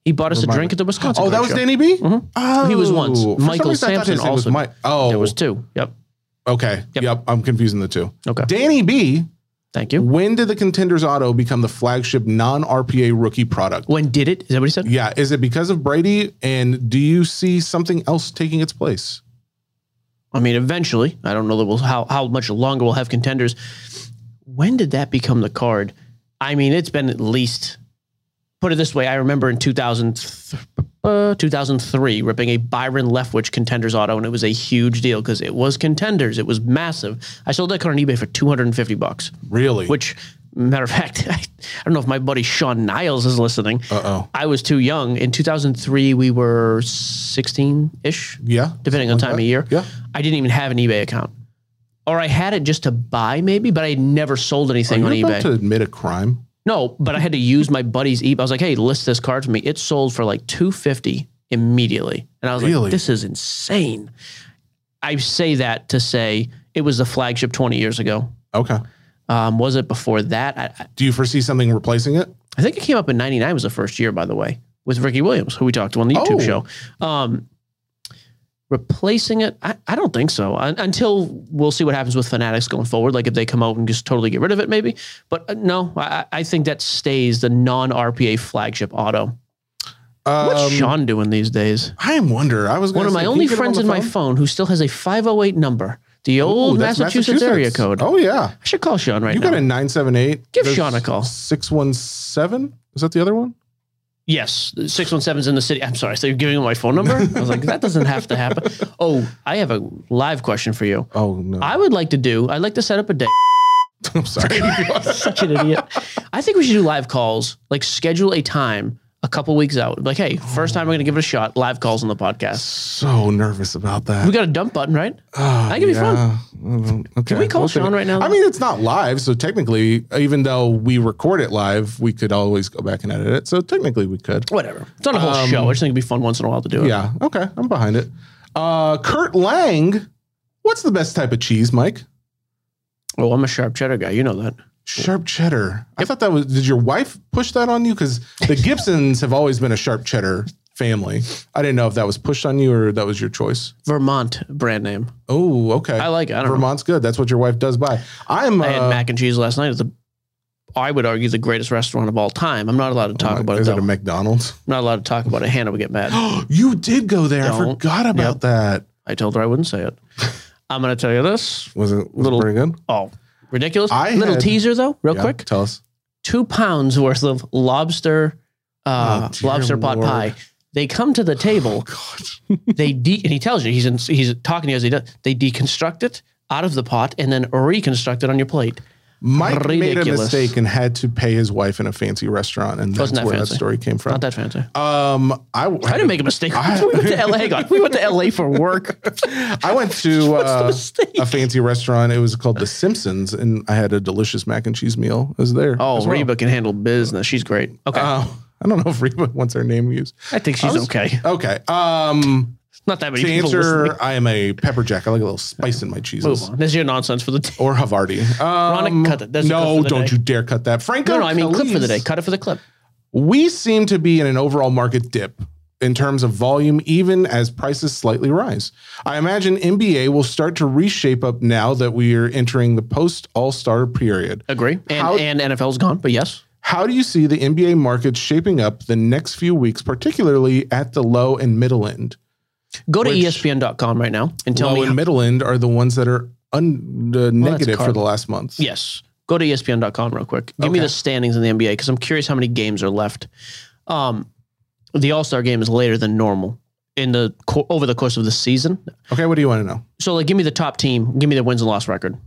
He bought us a Remind drink me. at the Wisconsin. Oh, that Card was Show. Mm-hmm. Danny B. Oh, He was once. For some Michael reason I thought Sampson his name was also- Mike. Oh, There was two. Yep. okay. Yep. Yep. I'm confusing the two. Okay. Danny B. Thank you. When did the Contenders Auto become the flagship non-RPA rookie product? When did it? Is that what he said? Yeah, is it because of Brady? And do you see something else taking its place? I mean, eventually, I don't know that we'll how how much longer we'll have contenders. When did that become the card? I mean, it's been at least. Put it this way, I remember in 2000, th- uh, 2003 ripping a Byron Leftwich contenders auto, and it was a huge deal because it was contenders. It was massive. I sold that car on eBay for 250 bucks, Really? which, matter of fact, I, I don't know if my buddy Sean Niles is listening. Uh oh. I was too young. In 2003, we were 16 ish Yeah. depending on time of year. Yeah. I didn't even have an eBay account, or I had it just to buy maybe, but I had never sold Are anything Oh, you on about eBay. to admit a crime? no, but I had to use my buddy's eBay. I was like, "Hey, list this card for me." It sold for like two fifty immediately, and I was Really? like, "This is insane." I say that to say it was the flagship twenty years ago. Okay. Um, was it before that? I, I- Do you foresee something replacing it? I think it came up in '99 was the first year, by the way, with Ricky Williams, who we talked to on the YouTube Oh. show. Um, replacing it, I, I don't think so. Un- until we'll see what happens with Fanatics going forward. Like if they come out and just totally get rid of it, maybe. But uh, no, I, I I think that stays the non-RPA flagship auto. What's Um, Sean doing these days? I am wonder. I was gonna One of say, my can only you get him on friends the in my phone? phone who still has a 508 number, the Ooh, old that's Massachusetts, area code. Oh yeah. I should call Sean right you now. got a nine seven eight. Give Sean a call. Six one seven. Is that the other one? Yes, 617's in the city. I'm sorry. So you're giving him my phone number? I was like, that doesn't have to happen. Oh, I have a live question for you. Oh no. I would like to do, I'd like to set up a day. I'm sorry. Such an idiot. I think we should do live calls, like schedule a time a couple weeks out. Like, hey, first time we're going to give it a shot, live calls on the podcast. so nervous about that. We got a dump button, right? Oh, That could be fun. Mm-hmm. fun. Okay. Ah, Can we call We'll think- Sean right now? I mean, it's not live, so technically, even though we record it live, we could always go back and edit it. So technically, we could. Whatever. It's not a whole show. I just think it'd be fun once in a while to do it. Um, Yeah. Okay. I'm behind it. Uh, Kurt Lang. What's the best type of cheese, Mike? Oh, I'm a sharp cheddar guy. You know that. Sharp cheddar. I thought that was. Did your wife push that on you? Because the Gibsons have always been a sharp cheddar family. I didn't know if that was pushed on you or that was your choice. Vermont brand name. Oh, okay. I like it. I don't know. Vermont's good. That's what your wife does buy. I'm. I uh, had mac and cheese last night at the, I would argue, the greatest restaurant of all time. I'm not allowed to talk about it, Is though. it a McDonald's? I'm not allowed to talk about it. Hannah would get mad. you did go there. I Don't. forgot about Yep. that. I told her I wouldn't say it. I'm going to tell you this. Was it was Little- little pretty good? Oh, ridiculous. I Little had- teaser, though, real Yeah, quick. Tell us. Two pounds worth of lobster, uh, Oh, dear lobster pot Lord. Oh, pie. They come to the table. they de- and he tells you he's in, he's talking to you as he does. They deconstruct it out of the pot and then reconstruct it on your plate. Mike made a Ridiculous. mistake and had to pay his wife in a fancy restaurant, and that's Wasn't that where fancy. that story came from. Not that fancy. um, I, I didn't make a mistake. I- we went to LA. Hang on. We went to LA for work. I went to uh, mistake? a fancy restaurant. It was called The Simpsons, and I had a delicious mac and cheese meal. It was there. Oh, as well. Reba can handle business. She's great. Okay. Uh, I don't know if Reba wants her name used. I think she's I was- okay. Okay. Um, Not that many to people listening. answer, I am a pepper jack. I like a little spice in my cheeses. Move on. This is your nonsense for the day. or Havarti. Um, Ronick, cut it. That's the clip no, for the don't day. you dare cut that. Franco. No, no, I mean clip for the Calise, day. Cut it for the clip. We seem to be in an overall market dip in terms of volume, even as prices slightly rise. I imagine NBA will start to reshape up now that we are entering the post All Star period. Agree. And, How- and NFL's gone, but yes. How do you see the NBA market shaping up the next few weeks, particularly at the low and middle end? Go to E Which- ESPN.com right now and tell low me. and middle end are the ones that are un- uh, negative for card. the last month. yes. Go to E ESPN.com real quick. Give me Okay. the standings in the NBA because I'm curious how many games are left. Um, the All Star game is later than normal in the co- over the course of the season. Okay, what do you want to know? So, like, give me the top team. Give me the wins and loss record.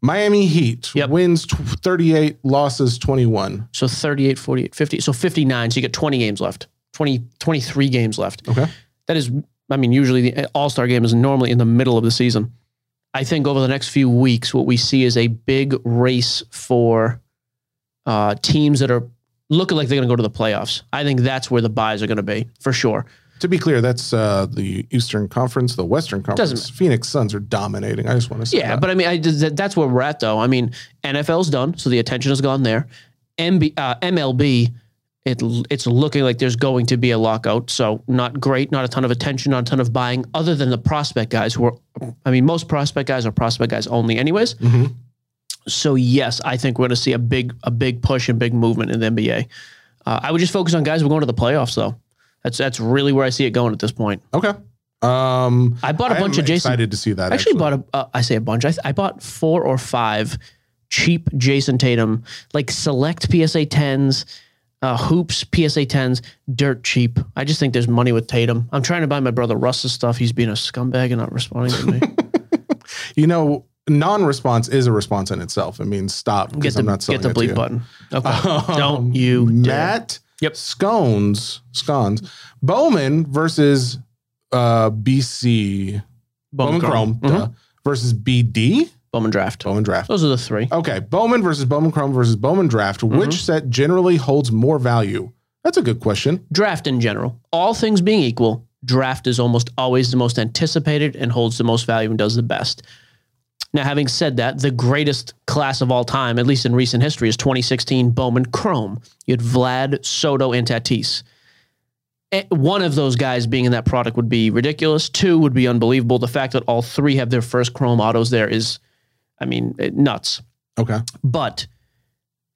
Miami Heat Yep. wins t- 38, losses 21. So 38, 48, 50. So 59. So you get 20 games left. 20, 23 games left. Okay. That is, I mean, usually the All Star game is normally in the middle of the season. I think over the next few weeks, what we see is a big race for uh, teams that are looking like they're going to go to the playoffs. I think that's where the buys are going to be for sure. To be clear, that's uh, the Eastern Conference, the Western Conference. Phoenix Suns are dominating. I just want to say Yeah, that. but I mean, I, that- that's where we're at, though. I mean, NFL's done, so the attention has gone there. MB, uh, MLB It, it's looking like there's going to be a lockout. So not great, not a ton of attention, not a ton of buying, other than the prospect guys who are, I mean, most prospect guys are prospect guys only, anyways. Mhm. So yes, I think we're going to see a big, a big push and big movement in the NBA. Uh, I would just focus on guys who are going to the playoffs, though. That's that's really where I see it going at this point. Okay. Um, I bought a I bunch am of Jason. Excited to see that. actually, bought a. Uh, I say a bunch. I, th- I bought four or five cheap Jason Tatum, like select PSA tens, uh, hoops PSA tens, dirt cheap. I just think there's money with Tatum. I'm trying to buy my brother Russ's stuff. He's being a scumbag and not responding to me. You know, non-response is a response in itself. It means stop. 'cause get the I'm not selling get the it to you. bleep button. Okay, Um, don't you dare. Matt Yep. Scones Scones Bowman versus uh, BC Bowman, Chrome Mhm. duh, versus BD Bowman draft. Bowman Draft. Those are the three. Okay, Bowman versus Bowman Chrome versus Bowman Draft. Mm-hmm. Which set generally holds more value? That's a good question. draft in general, all things being equal, draft is almost always the most anticipated and holds the most value and does the best. Now, having said that, the greatest class of all time, at least in recent history, is 2016 Bowman Chrome. You had Vlad, Soto, and Tatis. Eh, One of those guys being in that product would be ridiculous. Two would be unbelievable. The fact that all three have their first Chrome autos there is, I mean, eh, nuts. Okay, But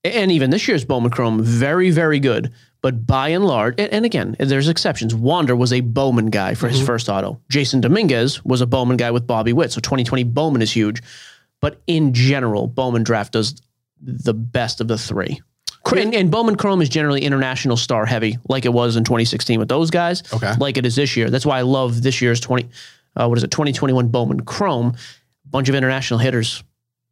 and even this year's Bowman Chrome, very very good. But by and large, and, and again, there's exceptions. Wander was a Bowman guy for his first auto. Jason Dominguez was a Bowman guy with Bobby Witt. So 2020 Bowman is huge. But in general, Bowman draft does the best of the three. Chr- And, and Bowman Chrome is generally international star heavy, like it was in 2016 with those guys, Okay. like it is this year. That's why I love this year's 20, uh, what is it, 2021 Bowman Chrome. Bunch of international hitters.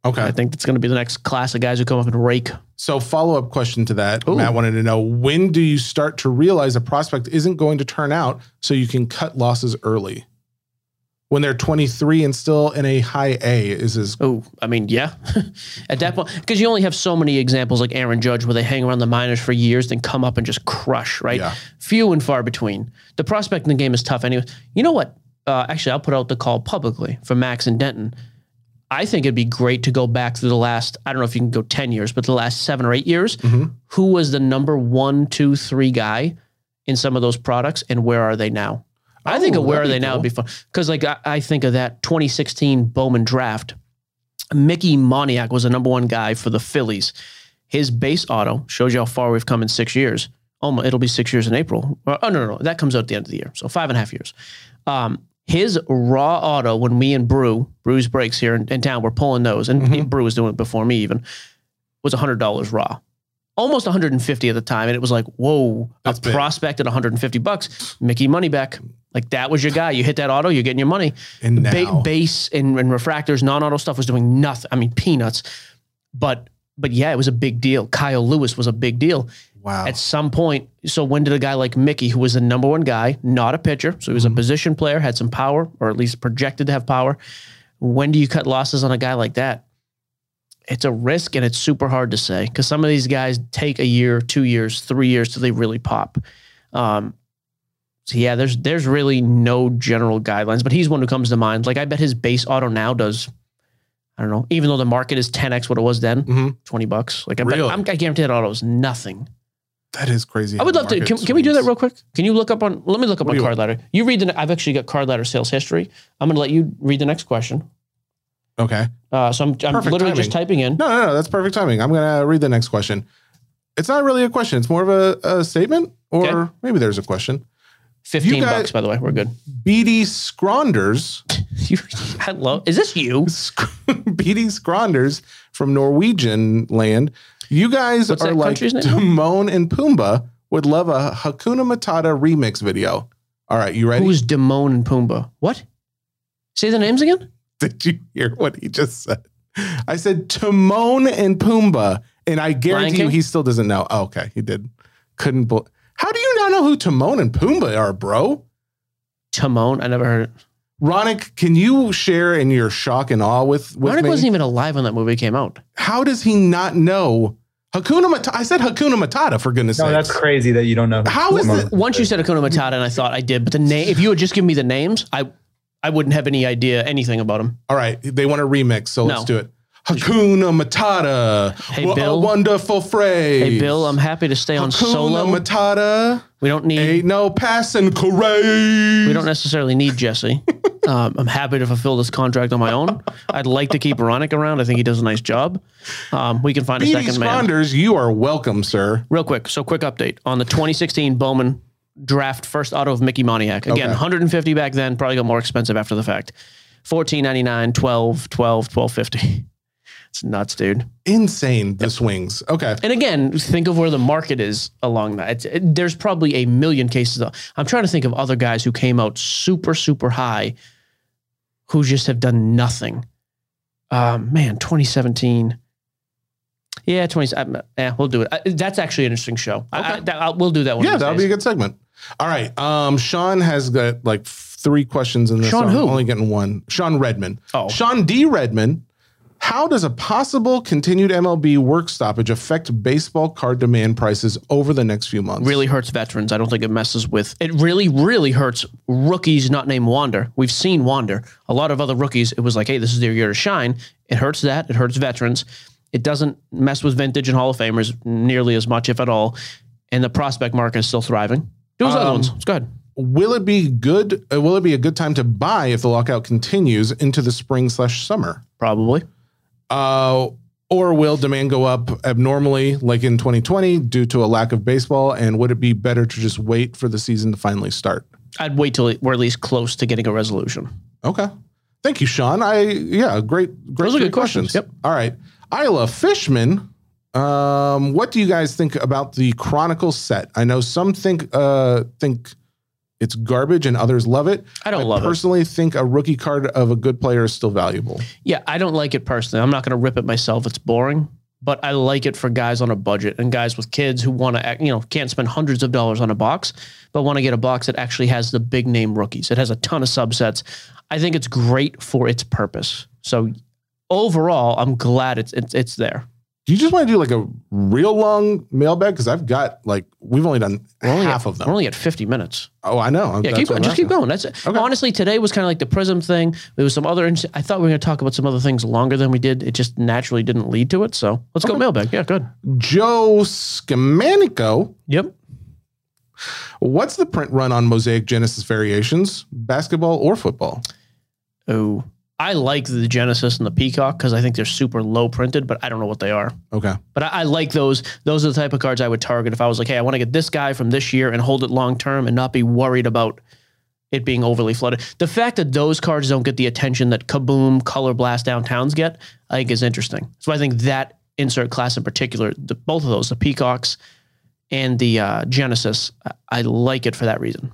I okay. think that's going to be the next class of guys who come up and rake. So follow up question to that. Ooh. Matt wanted to know when do you start to realize a prospect isn't going to turn out, so you can cut losses early. When they're 23 and still in a high A is his Oh, I mean, yeah. At that point, because you only have so many examples like Aaron Judge where they hang around the minors for years, then come up and just crush, right? Yeah. Few and far between. The prospect in the game is tough anyway. You know what? Uh, actually, I'll put out the call publicly for Max and Denton. I think it'd be great to go back to the last, I don't know if you can go 10 years, but the last seven or eight years, Mm-hmm. who was the number one, two, three guy in some of those products and where are they now? I think Oh, of where are that'd they be now cool. would be fun. Because like I, I think of that 2016 Bowman draft. Mickey Moniak was the number one guy for the Phillies. His base auto shows you how far we've come in six years. Almost, it'll be six years in April. Well, Oh, no, no, no. That comes out at the end of the year. So five and a half years. Um, his raw auto, when me and Brew, Brew's Breaks here in, in town, we're pulling those, and Mm-hmm. Brew was doing it before me even, was $100 raw. Almost 150 at the time. And it was like, whoa, That's a big. prospect at 150 bucks, Mickey money back. Like that was your guy. You hit that auto, you're getting your money and now. ba- base and, and refractors, non-auto stuff was doing nothing. I mean, peanuts. But but yeah, it was a big deal. Kyle Lewis was a big deal wow. at some point. So when did a guy like Mickey, who was the number one guy, not a pitcher, so he Mm-hmm. was a position player, had some power, or at least projected to have power? When do you cut losses on a guy like that? It's a risk, and it's super hard to say because some of these guys take a year, two years, three years till they really pop. Um, so yeah, there's there's really no general guidelines, but he's one who comes to mind. Like I bet his base auto now does. I don't know. Even though the market is 10x what it was then, Mhm. 20 bucks. Like I, bet, Really? I'm, I guarantee that auto is nothing. That is crazy. I would love to. Can, can we do that real quick? Can you look up on? Let me look up What on do you card ladder. You read the. I've actually got card ladder sales history. I'm going to let you read the next question. Okay. Uh, so I'm, I'm Perfect literally just typing in. No, no, no. That's perfect timing. I'm gonna read the next question. It's not really a question. It's more of a, a statement, or Okay. maybe there's a question. Fifteen You guys- bucks, by the way. We're good. BD Skronders, You, I love. Is this you? Sk- BD Skronders from Norwegian land. You guys What's are that like country's name? Timon and Pumbaa. Would love a Hakuna Matata remix video. All right, you ready? Who's Damon and Pumbaa? What? Say the names again. Did you hear what he just said? I said Timon and Pumbaa, and I guarantee you King? he still doesn't know. Oh, okay, he did. Couldn't. Bel How do you not know who Timon and Pumbaa are, bro? Timon. I never heard. it. Ronick, can you share in your shock and awe with, with Ronick me? wasn't even alive when that movie came out. How does he not know Hakuna Matata? I said Hakuna Matata for goodness' No, sake. that's crazy that you don't know. who How is Timon it- Once you said Akuna Matata, and I thought I did, but the name. If you had just given me the names, I, I wouldn't have any idea anything about him. All right, they want a remix, so let's No. do it. Hakuna Matata. Hey, what a Bill. wonderful phrase. Hey, Bill, I'm happy to stay on Hakuna solo. Matata. We don't need. Ain't no passing craze. We don't necessarily need Jesse. Um, I'm happy to fulfill this contract on my own. I'd like to keep Ronick around. I think he does a nice job. Um, we can find a BD second man. Saunders, you are welcome, sir. Real quick. So, quick update on the 2016 Bowman draft first auto of Mickey Moniak. Again, 150 back then, probably got more expensive after the fact. 14.99, 12, 12, 12.50. It's nuts, dude. Insane the swings. Okay. And again, think of where the market is along that. It's, it, there's probably a million cases. Of, I'm trying to think of other guys who came out super, super high who just have done nothing. Um, man, 2017. Yeah, 20. I'm- Yeah, we'll do it. I, that's actually an interesting show. I- I, Okay. that, I'll, we'll do that one. Yeah, of these that'll be a days. good segment. All right. Um, Sean has got like three questions in this. Sean I'm who? only getting one. Sean Redman. Oh. Sean D. Redman. How does a possible continued MLB work stoppage affect baseball card demand prices over the next few months? really hurts veterans. I don't think it messes with it. Really, really hurts rookies not named Wander. We've seen Wander. A lot of other rookies, it was like, hey, this is their year to shine. It hurts that. It hurts veterans. It doesn't mess with vintage and Hall of Famers nearly as much, if at all. And the prospect market is still thriving. Those other Um, ones. It's good. Will it be good? Uh, will it be a good time to buy if the lockout continues into the spring slash summer? Probably. Uh, or will demand go up abnormally, like in 2020, due to a lack of baseball? And would it be better to just wait for the season to finally start? I'd wait till we're at least close to getting a resolution. Okay. Thank you, Sean. I yeah, great, great. Those are three good questions. Yep. All right, Isla Fishman. Um, what do you guys think about the Chronicle set? I know some think uh think it's garbage and others love it. I don't love it. personally think a rookie card of a good player is still valuable. Yeah, I don't like it personally. I'm not going to rip it myself. It's boring, but I like it for guys on a budget and guys with kids who want to, you know, can't spend hundreds of dollars on a box, but want to get a box that actually has the big name rookies. It has a ton of subsets. I think it's great for its purpose. So overall, I'm glad it's it's, it's there. Do you just want to do like a real long mailbag? Because I've got like we've only done only half at, of them. We're only at 50 minutes. oh, I know. Yeah, That's keep what going. Just I'm keep asking. going. That's it. Honestly, today was kind of like the Prism thing. There was some other. inter- I thought we were going to talk about some other things longer than we did. It just naturally didn't lead to it. So let's go mailbag. Yeah, good. Joe Scamanico Yep. What's the print run on Mosaic Genesis variations, basketball or football? Oh, I like the Genesis and the Peacock because I think they're super low printed, but I don't know what they are. Okay. But I, I like those. Those are the type of cards I would target if I was like, hey, I want to get this guy from this year and hold it long term and not be worried about it being overly flooded. The fact that those cards don't get the attention that Kaboom, Color Blast, Downtowns get, I think is interesting. So I think that insert class in particular, the, both of those, the Peacocks and the uh, Genesis, I, I like it for that reason.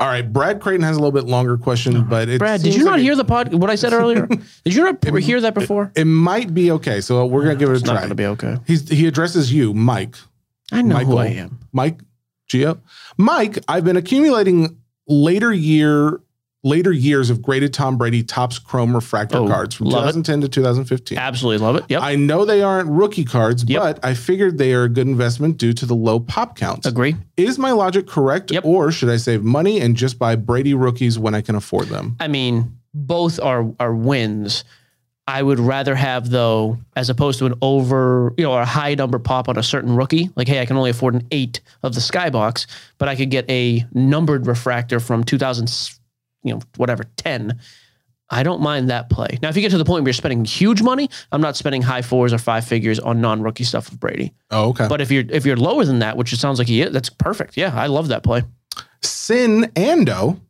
All right. Brad Creighton has a little bit longer question, but it Uh-huh. Brad, did seems you not like hear the pod? What I said earlier? did you not hear that before? It, it might be okay. So we're gonna give it not a try. going to be okay. He's, he addresses you, Mike. I know Michael. who I am. Mike, Gio, Mike. I've been accumulating later year later years of graded Tom Brady tops chrome refractor Oh, cards from love it. 2010 to 2015. Absolutely love it. Yep. I know they aren't rookie cards, Yep. but I figured they are a good investment due to the low pop counts. Agree. Is my logic correct, Yep. or should I save money and just buy Brady rookies when I can afford them? I mean, both are are wins. I would rather have though, as opposed to an over, you know, or a high number pop on a certain rookie. Like, hey, I can only afford an eight of the skybox, but I could get a numbered refractor from 2000, you know, whatever, 10. I don't mind that play. Now, if you get to the point where you're spending huge money, I'm not spending high fours or five figures on non-rookie stuff with Brady. Oh, okay. But if you're if you're lower than that, which it sounds like he is, that's perfect. Yeah, I love that play. Sin Ando,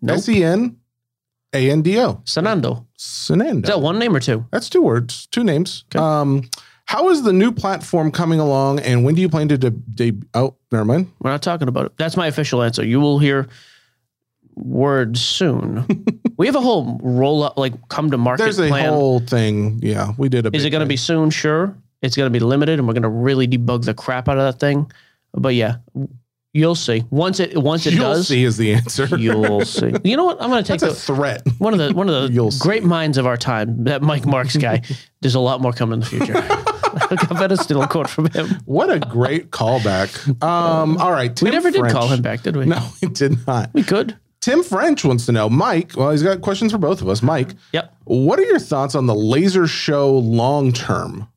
Nope. S E N A N D O, Sanando. Sinando. Is that one name or two? That's two words, two names. Okay. Um, how is the new platform coming along, and when do you plan to de- debut? oh, never mind. We're not talking about it. That's my official answer. You will hear words soon. we have a whole roll up, like come to market There's a plan. whole thing. Yeah, we did a. Is it big going to thing. be soon? Sure. It's going to be limited, and we're going to really debug the crap out of that thing. But yeah, you'll see. Once it once it You'll does, see is the answer. you'll see. You know what? I'm going to take That's a the, threat. one of the one of the You'll great minds of our time. That Mike Marks guy. There's a lot more coming in the future. I better steal a quote from him. What a great callback. Um, all right, We Tim never did call French. him back, did we? No, we did not. We could. Tim French wants to know, Mike. Well, he's got questions for both of us. Mike, Yep. what are your thoughts on the laser show long term?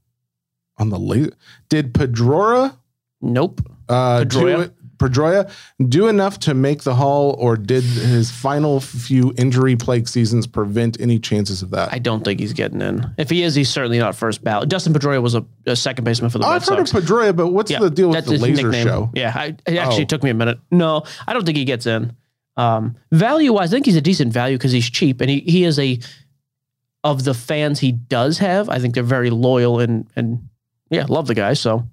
On the laser, did Pedrora Nope. uh, Pedroia? do it- Pedroia do enough to make the hall, or did his final few injury plague seasons prevent any chances of that? I don't think he's getting in. If he is, he's certainly not first ballot. Dustin Pedroia was a, a second baseman for the Oh, Red I've Sox. heard of Pedroia, but what's Yeah, the deal with the his laser nickname. show? Yeah, I, it actually Oh. took me a minute. No, I don't think he gets in. Um, value wise, I think he's a decent value because he's cheap and he, he is a of the fans he does have. I think they're very loyal and and yeah, love the guy. So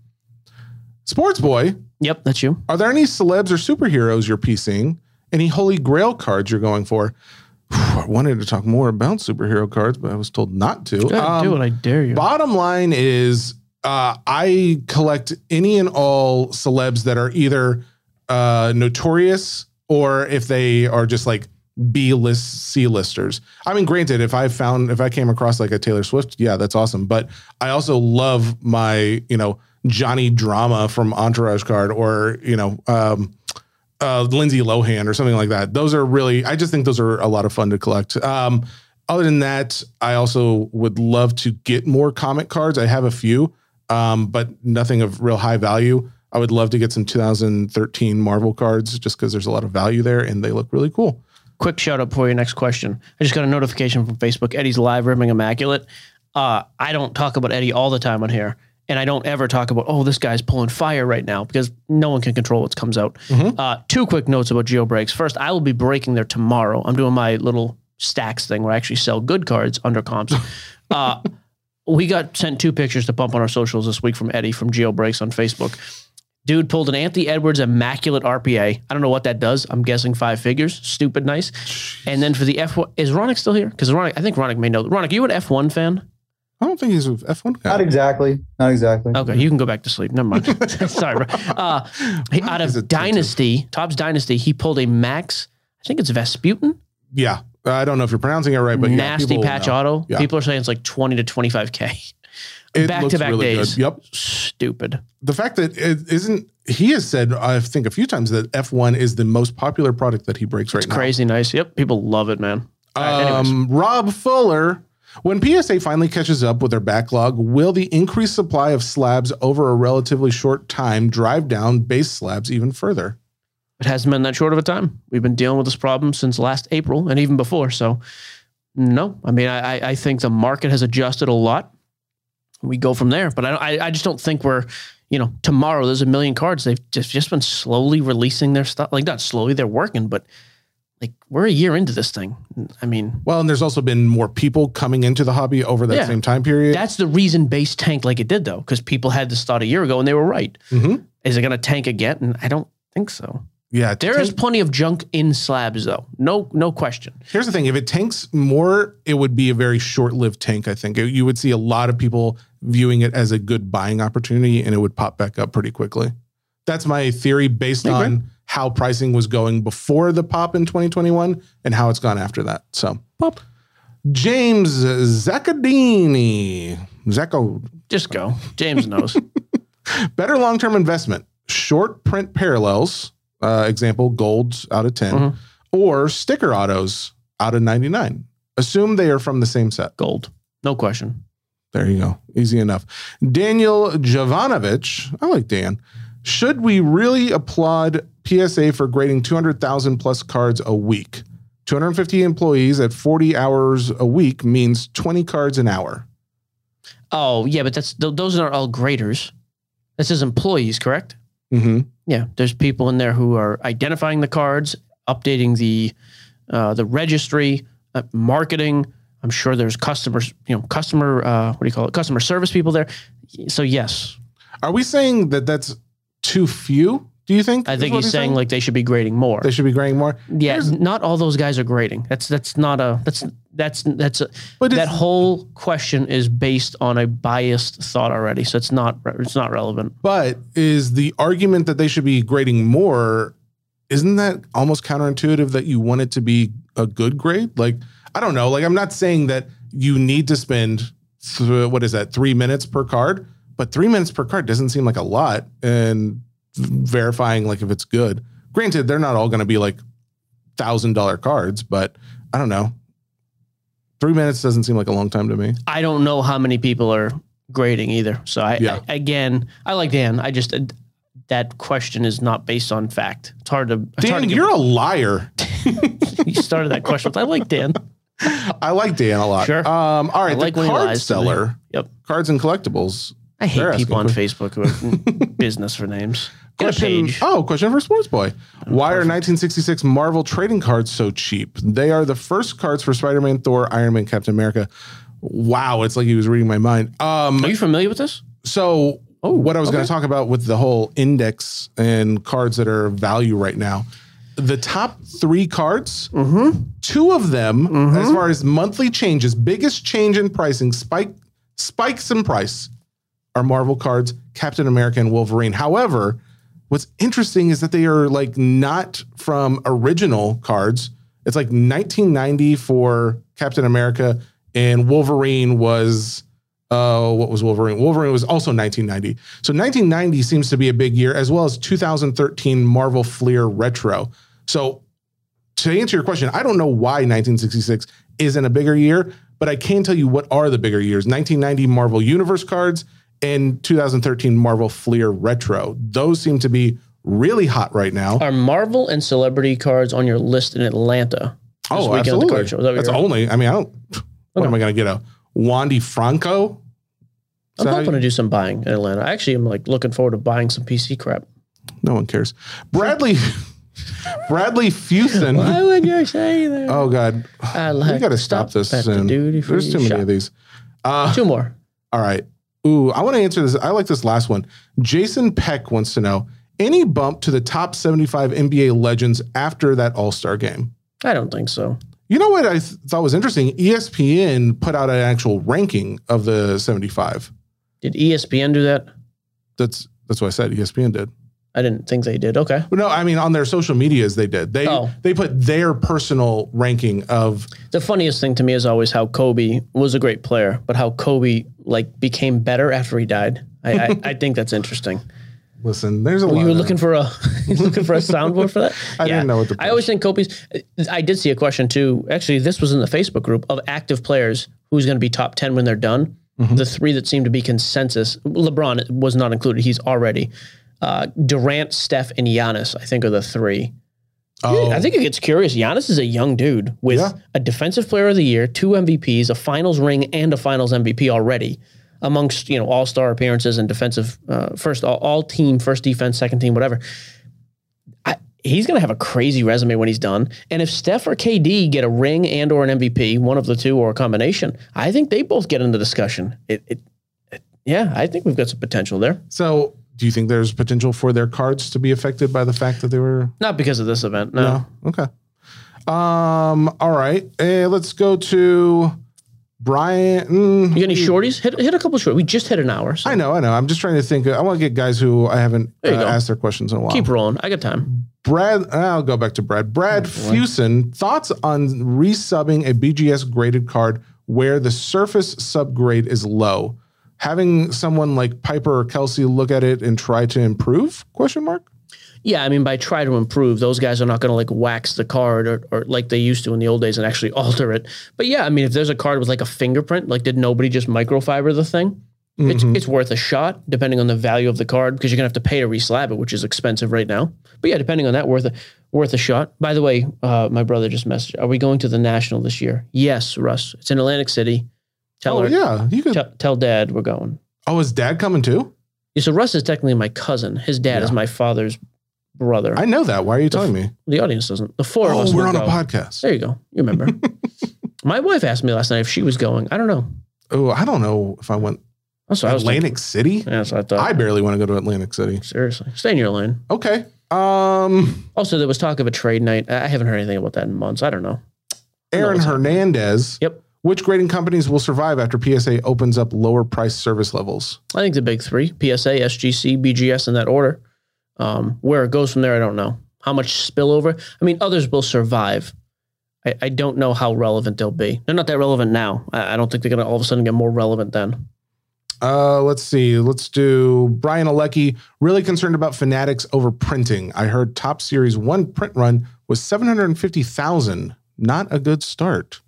Sports boy, yep, that's you. are there any celebs or superheroes you're piecing? Any holy grail cards you're going for? I wanted to talk more about superhero cards, but I was told not to. Go ahead, Um, do it. I dare you. Bottom line is, uh, I collect any and all celebs that are either uh, notorious or if they are just like B list, C listers. I mean, granted, if I found, if I came across like a Taylor Swift, yeah, that's awesome. But I also love my, you know, Johnny Drama from Entourage card or, you know, um, uh, Lindsay Lohan or something like that. Those are really, I just think those are a lot of fun to collect. Um, other than that, I also would love to get more comic cards. I have a few, um, but nothing of real high value. I would love to get some 2013 Marvel cards just because there's a lot of value there and they look really cool. quick shout out for your next question. I just got a notification from Facebook. Eddie's live rimming immaculate. Uh, I don't talk about Eddie all the time on here, and I don't ever talk about oh this guy's pulling fire right now because no one can control what comes out. Uh, two quick notes about geo breaks. First, I will be breaking there tomorrow. I'm doing my little stacks thing where I actually sell good cards under comps. uh, we got sent two pictures to pump on our socials this week from Eddie from Geo Breaks on Facebook. Dude pulled an Anthony Edwards immaculate RPA. I don't know what that does. I'm guessing five figures. Stupid nice. And then for the F1, is Ronick still here? Because Ronick, I think Ronick may know. Ronick, you an F1 fan? I don't think he's an F1 guy. Not exactly. Not exactly. Okay, you can go back to sleep. Never mind. Sorry. bro. Uh, he- out Is it of Dynasty, Top's Dynasty, he pulled a Max. I think it's Vesputin. Yeah. I don't know if you're pronouncing it right, but yeah, Nasty people patch know. auto. Yeah. People are saying it's like twenty to twenty five k. It Back-to-back days. Good. Yep. Stupid. The fact that it isn't, he has said, I think a few times that F1 is the most popular product that he breaks right It's now. crazy nice. Yep. People love it, man. All right, anyways. Um, Rob Fuller. When PSA finally catches up with their backlog, will the increased supply of slabs over a relatively short time drive down base slabs even further? it hasn't been that short of a time. We've been dealing with this problem since last April and even before. So, no, I mean, I, I- I think the market has adjusted a lot. We go from there, but I, don't- I, I just don't think we're, you know, tomorrow there's a million cards. They've just, just been slowly releasing their stuff. Like, not slowly, they're working, but like we're a year into this thing. I mean, Well, and there's also been more people coming into the hobby over that Yeah. same time period. that's the reason base tanked like it did, though, because people had this thought a year ago and they were right. Mhm. Is it going to tank again? And I don't think so. Yeah, it There is tank- plenty of junk in slabs, though. No, no question. Here's the thing: if it tanks more, it would be a very short-lived tank. I think you would see a lot of people viewing it as a good buying opportunity, and it would pop back up pretty quickly. That's my theory based Okay. on how pricing was going before the pop in 2021 and how it's gone after that. So, Pop. James Zaccadini, Zacco, Just go. James knows. better long-term investment: short print parallels, uh, example gold out of 10 Mhm. or sticker autos out of 99. Assume they are from the same set. Gold. No question. There you go. Easy enough. Daniel Jovanovic. I like Dan. Should we really applaud PSA for grading 200,000 plus cards a week? 250 employees at 40 hours a week means 20 cards an hour. Oh, yeah, but that's th- those are all graders. This is employees, correct? Mm-hmm. Yeah, there's people in there who are identifying the cards, updating the uh, the registry, uh, marketing. I'm sure there's customers, you know, customer uh, what do you call it? Customer service people there. So yes, Are we saying that that's too few? Do you think? I is think what he's we're saying like they should be grading more. they should be grading more. Yeah, not all those guys are grading. That's that's not a that's that's that's a, But that it's, whole question is based on a biased thought already, so it's not re- it's not relevant. but is the argument that they should be grading more isn't that almost counterintuitive that you want it to be a good grade like i don't know like i'm not saying that you need to spend th- what is that three minutes per card but three minutes per card doesn't seem like a lot and verifying like if it's good granted they're not all going to be like thousand dollar cards, but I don't know. Three minutes doesn't seem like a long time to me. I don't know how many people are grading either. So I, Yeah. I- again, I like Dan. I just uh, that question is not based on fact. It's hard to. It's hard Dan, to you're a liar. give, you started that question. with, I like Dan. I like Dan a lot. Sure. Um, all right. I like the when he card lies to me. seller, Yep. cards and collectibles. I hate They're people on asking Facebook who have business for names. Get a Question- page. Oh, question for Sports Boy. Why are 1966 Marvel trading cards so cheap? They are the first cards for Spider-Man, Thor, Iron Man, Captain America. Wow, it's like he was reading my mind. Um, Are you familiar with this? so what I was going to talk about with the whole index and cards that are of value right now, the top three cards, two of them, as far as monthly changes, biggest change in pricing, spike spikes in price, are Marvel cards, Captain America and Wolverine. However, what's interesting is that they are like not from original cards. It's like 1990 for Captain America and Wolverine was uh, what was Wolverine? Wolverine was also 1990. So 1990 seems to be a big year, as well as 2013 Marvel Fleer Retro. So to answer your question, I don't know why 1966 isn't a bigger year, but I can tell you what are the bigger years: 1990 Marvel Universe cards and 2013 Marvel Fleer Retro. Those seem to be really hot right now. Are Marvel and celebrity cards on your list in Atlanta? this weekend at Oh, the absolutely. card show. Is that what That's you're- only. I mean, I don't. What Okay. am I going to get a Wandy Franco? Is I'm that how hoping you- to do some buying in Atlanta. I actually am like looking forward to buying some PC crap. No one cares. Bradley Bradley Fusen. would you say that? Oh God. I we gotta stop this soon. There's too many of these. Uh, Two more. All right. Ooh, I want to answer this. I like this last one. Jason Peck wants to know any bump to the top 75 NBA legends after that All-Star game? I don't think so. You know what I th- thought was interesting? E ESPN put out an actual ranking of the 75. Did E ESPN do that? That's that's what I said. E ESPN did. I didn't think they did. Okay. But no, I mean on their social medias they did. They Oh. they put their personal ranking of The funniest thing to me is always how Kobe was a great player, but how Kobe like became better after he died. I, I, I think that's interesting. Listen, there's a lot. You were of- looking for a you looking for a soundboard for that. I didn't know what to I always think Kobe's. I did see a question too. Actually, this was in the Facebook group of active players who's going to be top ten when they're done. Mm-hmm. The three that seem to be consensus. LeBron was not included. He's already. Uh, Durant, Steph, and Giannis. I think are the three. Oh, I think it gets curious. Giannis is a young dude with Yeah. a defensive player of the year, two MVPs, a finals ring, and a finals MVP already amongst, you know, all star appearances and defensive uh, first all, all team, first defense, second team, whatever. I, he's going to have a crazy resume when he's done. And if Steph or KD get a ring and or an MVP, one of the two or a combination, I think they both get into discussion. It, it, it- yeah, I think we've got some potential there. so. Do you think there's potential for their cards to be affected by the fact that they were? Not because of this event. No. Okay. Um. All right. Eh, let's go to Brian. mm, You got any shorties? Hit, hit a couple short. We just hit an hour. So I know. I know. I'm just trying to think. I want to get guys who I haven't uh, There you go. asked their questions in a while. keep rolling. I got time. Brad, eh, I'll go back to Brad. Brad Fusen, thoughts on resubbing a BGS graded card where the surface subgrade is low? Having someone like Piper or Kelsey look at it and try to improve? Question mark. Yeah, I mean, by try to improve, those guys are not going to like wax the card or, or like they used to in the old days and actually alter it. But yeah, I mean, if there's a card with like a fingerprint, like did nobody just microfiber the thing? It's, Mm-hmm. it's worth a shot depending on the value of the card because you're gonna have to pay to reslab it, which is expensive right now. But yeah, depending on that, worth a worth a shot. By the way, uh, my brother just messaged. Are we going to the national this year? Yes, Russ. It's in Atlantic City. Tell Oh her. yeah, you could. Tell, tell dad we're going. Oh, is Dad coming too? Yeah, So Russ is technically my cousin. His dad is my father's brother. I know that. Why are you telling me? The audience doesn't. The four of us. Oh, we're will on go. a podcast. There you go. You remember. My wife asked me last night if she was going. I don't know. Oh, I don't know if I went That's what I was thinking. Atlantic City. Yeah, that's what I thought. I barely want to go to Atlantic City. Seriously, stay in your lane. Okay. Um, Also, there was talk of a trade night. I I haven't heard anything about that in months. I don't know. Aaron what's happening. Hernandez. Yep, Which grading companies will survive after PSA opens up lower price service levels? I think the big three: PSA, SGC, BGS, in that order. Um, where it goes from there, I don't know. How much spillover? I mean, others will survive. I, I don't know how relevant they'll be. They're not that relevant now. I, I don't think they're going to all of a sudden get more relevant then. Uh, let's see. Let's do Brian Alecki. Really concerned about Fanatics over printing. I heard top series one print run was 750,000. Not a good start.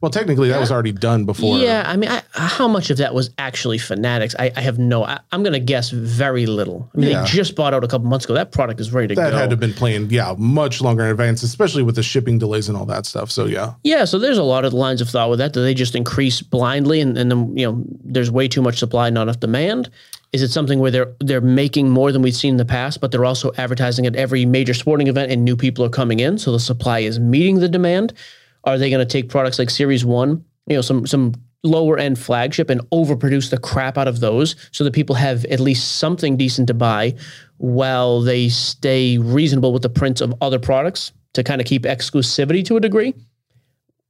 Well, technically, that was already done before. Yeah, I mean, I, how much of that was actually Fanatics? I, I have no. I, I'm going to guess very little. I mean, Yeah. they just bought out a couple months ago. That product is ready to That go. had to have been planned, yeah, much longer in advance, especially with the shipping delays and all that stuff. So, yeah. yeah, so there's a lot of lines of thought with that. Do they just increase blindly, and, and then you know, there's way too much supply, not enough demand? Is it something where they're they're making more than we've seen in the past, but they're also advertising at every major sporting event, and new people are coming in, so the supply is meeting the demand? Are they going to take products like Series One, you know, some some lower end flagship, and overproduce the crap out of those so that people have at least something decent to buy, while they stay reasonable with the prints of other products to kind of keep exclusivity to a degree?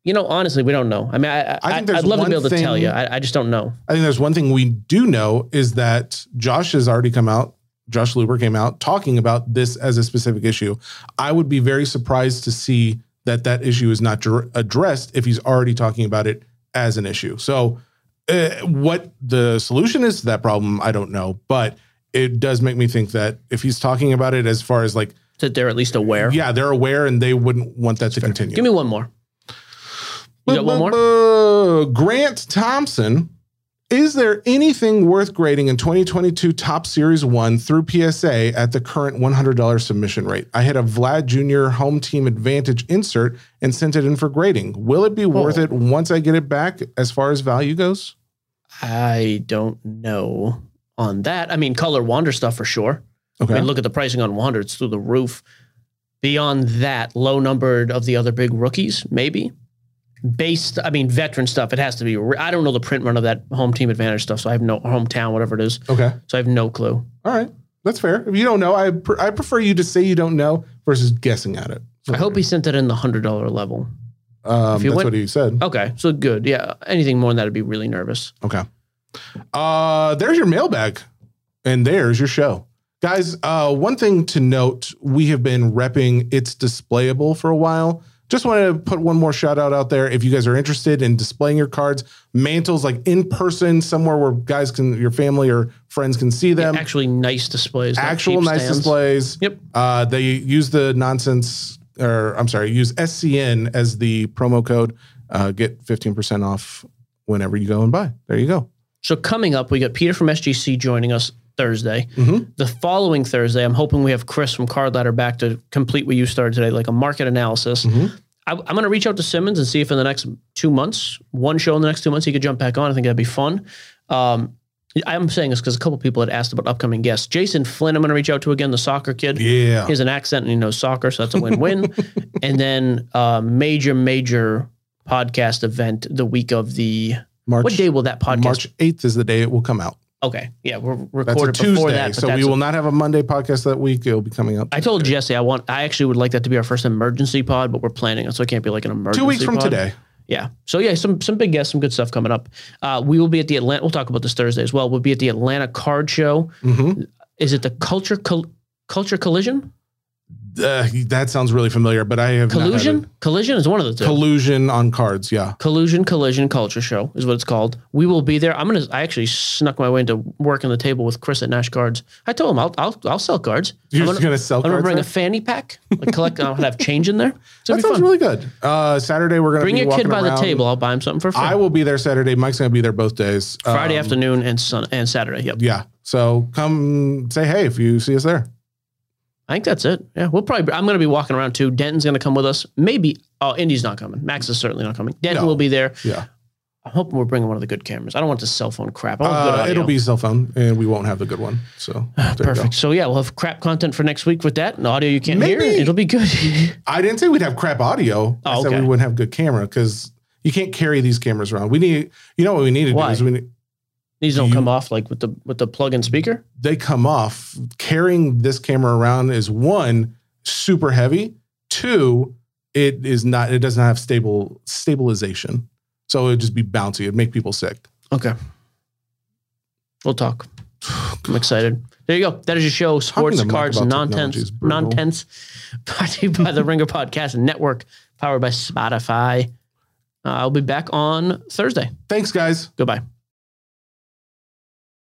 You know, honestly, we don't know. I mean, I, I I, think there's I'd love to one be able to tell thing- you. I, I just don't know. I think there's one thing we do know is that Josh has already come out. Josh Luber came out talking about this as a specific issue. I would be very surprised to see that that issue is not dr- addressed if he's already talking about it as an issue. So, uh, what the solution is to that problem, I don't know, but it does make me think that if he's talking about it as far as like, That they're at least aware. yeah, they're aware and they wouldn't want that to continue. Give me one more. You got one more? Uh, Grant Thompson. Is there anything worth grading in 2022 Top Series 1 through PSA at the current $100 submission rate? I had a Vlad Jr. home team advantage insert and sent it in for grading. Will it be worth it once I get it back as far as value goes? I don't know on that. I mean, color wander stuff for sure. Okay. I mean, look at the pricing on Wander; it's through the roof. Beyond that, low numbered of the other big rookies, maybe. Based, I mean, veteran stuff. It has to be. re- I don't know the print run of that home team advantage stuff, so I have no hometown, whatever it is. Okay. So I have no clue. All right. That's fair. If you don't know, I, pr- I prefer you to say you don't know versus guessing at it. I hope he sent it in the hundred dollar level. Um, if you that's went- what he said. Okay, so good. Yeah, anything more than that would be really nervous. Okay. Uh, there's your mailbag, and there's your show, guys. Uh, one thing to note: we have been repping it's displayable for a while. Just wanted to put one more shout out out there. If you guys are interested in displaying your cards, mantles like in person somewhere where guys can, your family or friends can see them. Actually, nice displays. not Actual cheap nice stands. displays. Yep. Uh, they use the nonsense, or I'm sorry, use SCN as the promo code. Uh, get 15% off whenever you go and buy. There you go. So coming up, we got Peter from SGC joining us Thursday. Mm-hmm. The following Thursday, I'm hoping we have Chris from Card Ladder back to complete what you started today, like a market analysis. I, I'm going to reach out to Simmons and see if in the next two months, one show in the next two months, he could jump back on. I think that'd be fun. Um, I'm saying this because a couple people had asked about upcoming guests. Jason Flynn, I'm going to reach out to again, the soccer kid. Yeah. He has an accent and he knows soccer, so that's a win-win. and then uh, major, major podcast event the week of the. March, What day will that podcast March 8th is the day it will come out. Okay. Yeah, we're That's a recorded before Tuesday. that. But so we that's will not have a Monday podcast that week. It'll be coming out. I told Jesse I want. I actually would like that to be our first emergency pod, but we're planning it, so it can't be like an emergency. two weeks from pod. today. Yeah. So yeah, some some big guests, some good stuff coming up. Uh, we will be at the Atlanta. We'll talk about this Thursday as well. We'll be at the Atlanta Card Show. Mhm. Is it the Culture Col- Culture Collision? Uh, that sounds really familiar, but I have not had Collusion? it. Collision is one of the two. Collusion on cards. Yeah. Collusion Collision Culture Show is what it's called. We will be there. I'm gonna. I actually snuck my way into working the table with Chris at Nash Cards. I told him I'll I'll, I'll sell cards. You're I'm just going to sell I'm gonna cards. bring now? a fanny pack. Like collect. I'll have change in there. It's that gonna be sounds fun. really good. Uh, Saturday, we're going to Bring be your kid walking by the around. table. I'll buy him something for free. I will be there Saturday. Mike's going to be there both days. Friday Um, afternoon and sun and Saturday. Yep. Yeah. So come say hey if you see us there. I think that's it. Yeah, we'll probably. I'm gonna be walking around too. Denton's gonna come with us. Maybe. Oh, Indy's not coming. Max is certainly not coming. Denton No. will be there. Yeah. I'm hoping we're bringing one of the good cameras. I don't want the cell phone crap. I want Oh, good Uh, audio. it'll be cell phone, and we won't have the good one. So there you go. perfect. So yeah, we'll have crap content for next week with that and audio you can't hear. Maybe- It'll be good. I didn't say we'd have crap audio. I Oh, said okay. we wouldn't have good camera because you can't carry these cameras around. We need, you know, what we need to do Why? is we need, These don't You- come off like with the with the plug-in speaker. they come off. Carrying this camera around is one super heavy. Two, it is not. It does not have stable stabilization, so it'd just be bouncy. It'd make people sick. Okay. We'll talk. I'm excited. There you go. That is your show. Sports, to Mike cards, about technology non-tense, is brutal. non-tense. Brought to you by the Ringer Podcast Network, powered by Spotify. Uh, I'll be back on Thursday. Thanks, guys. Goodbye.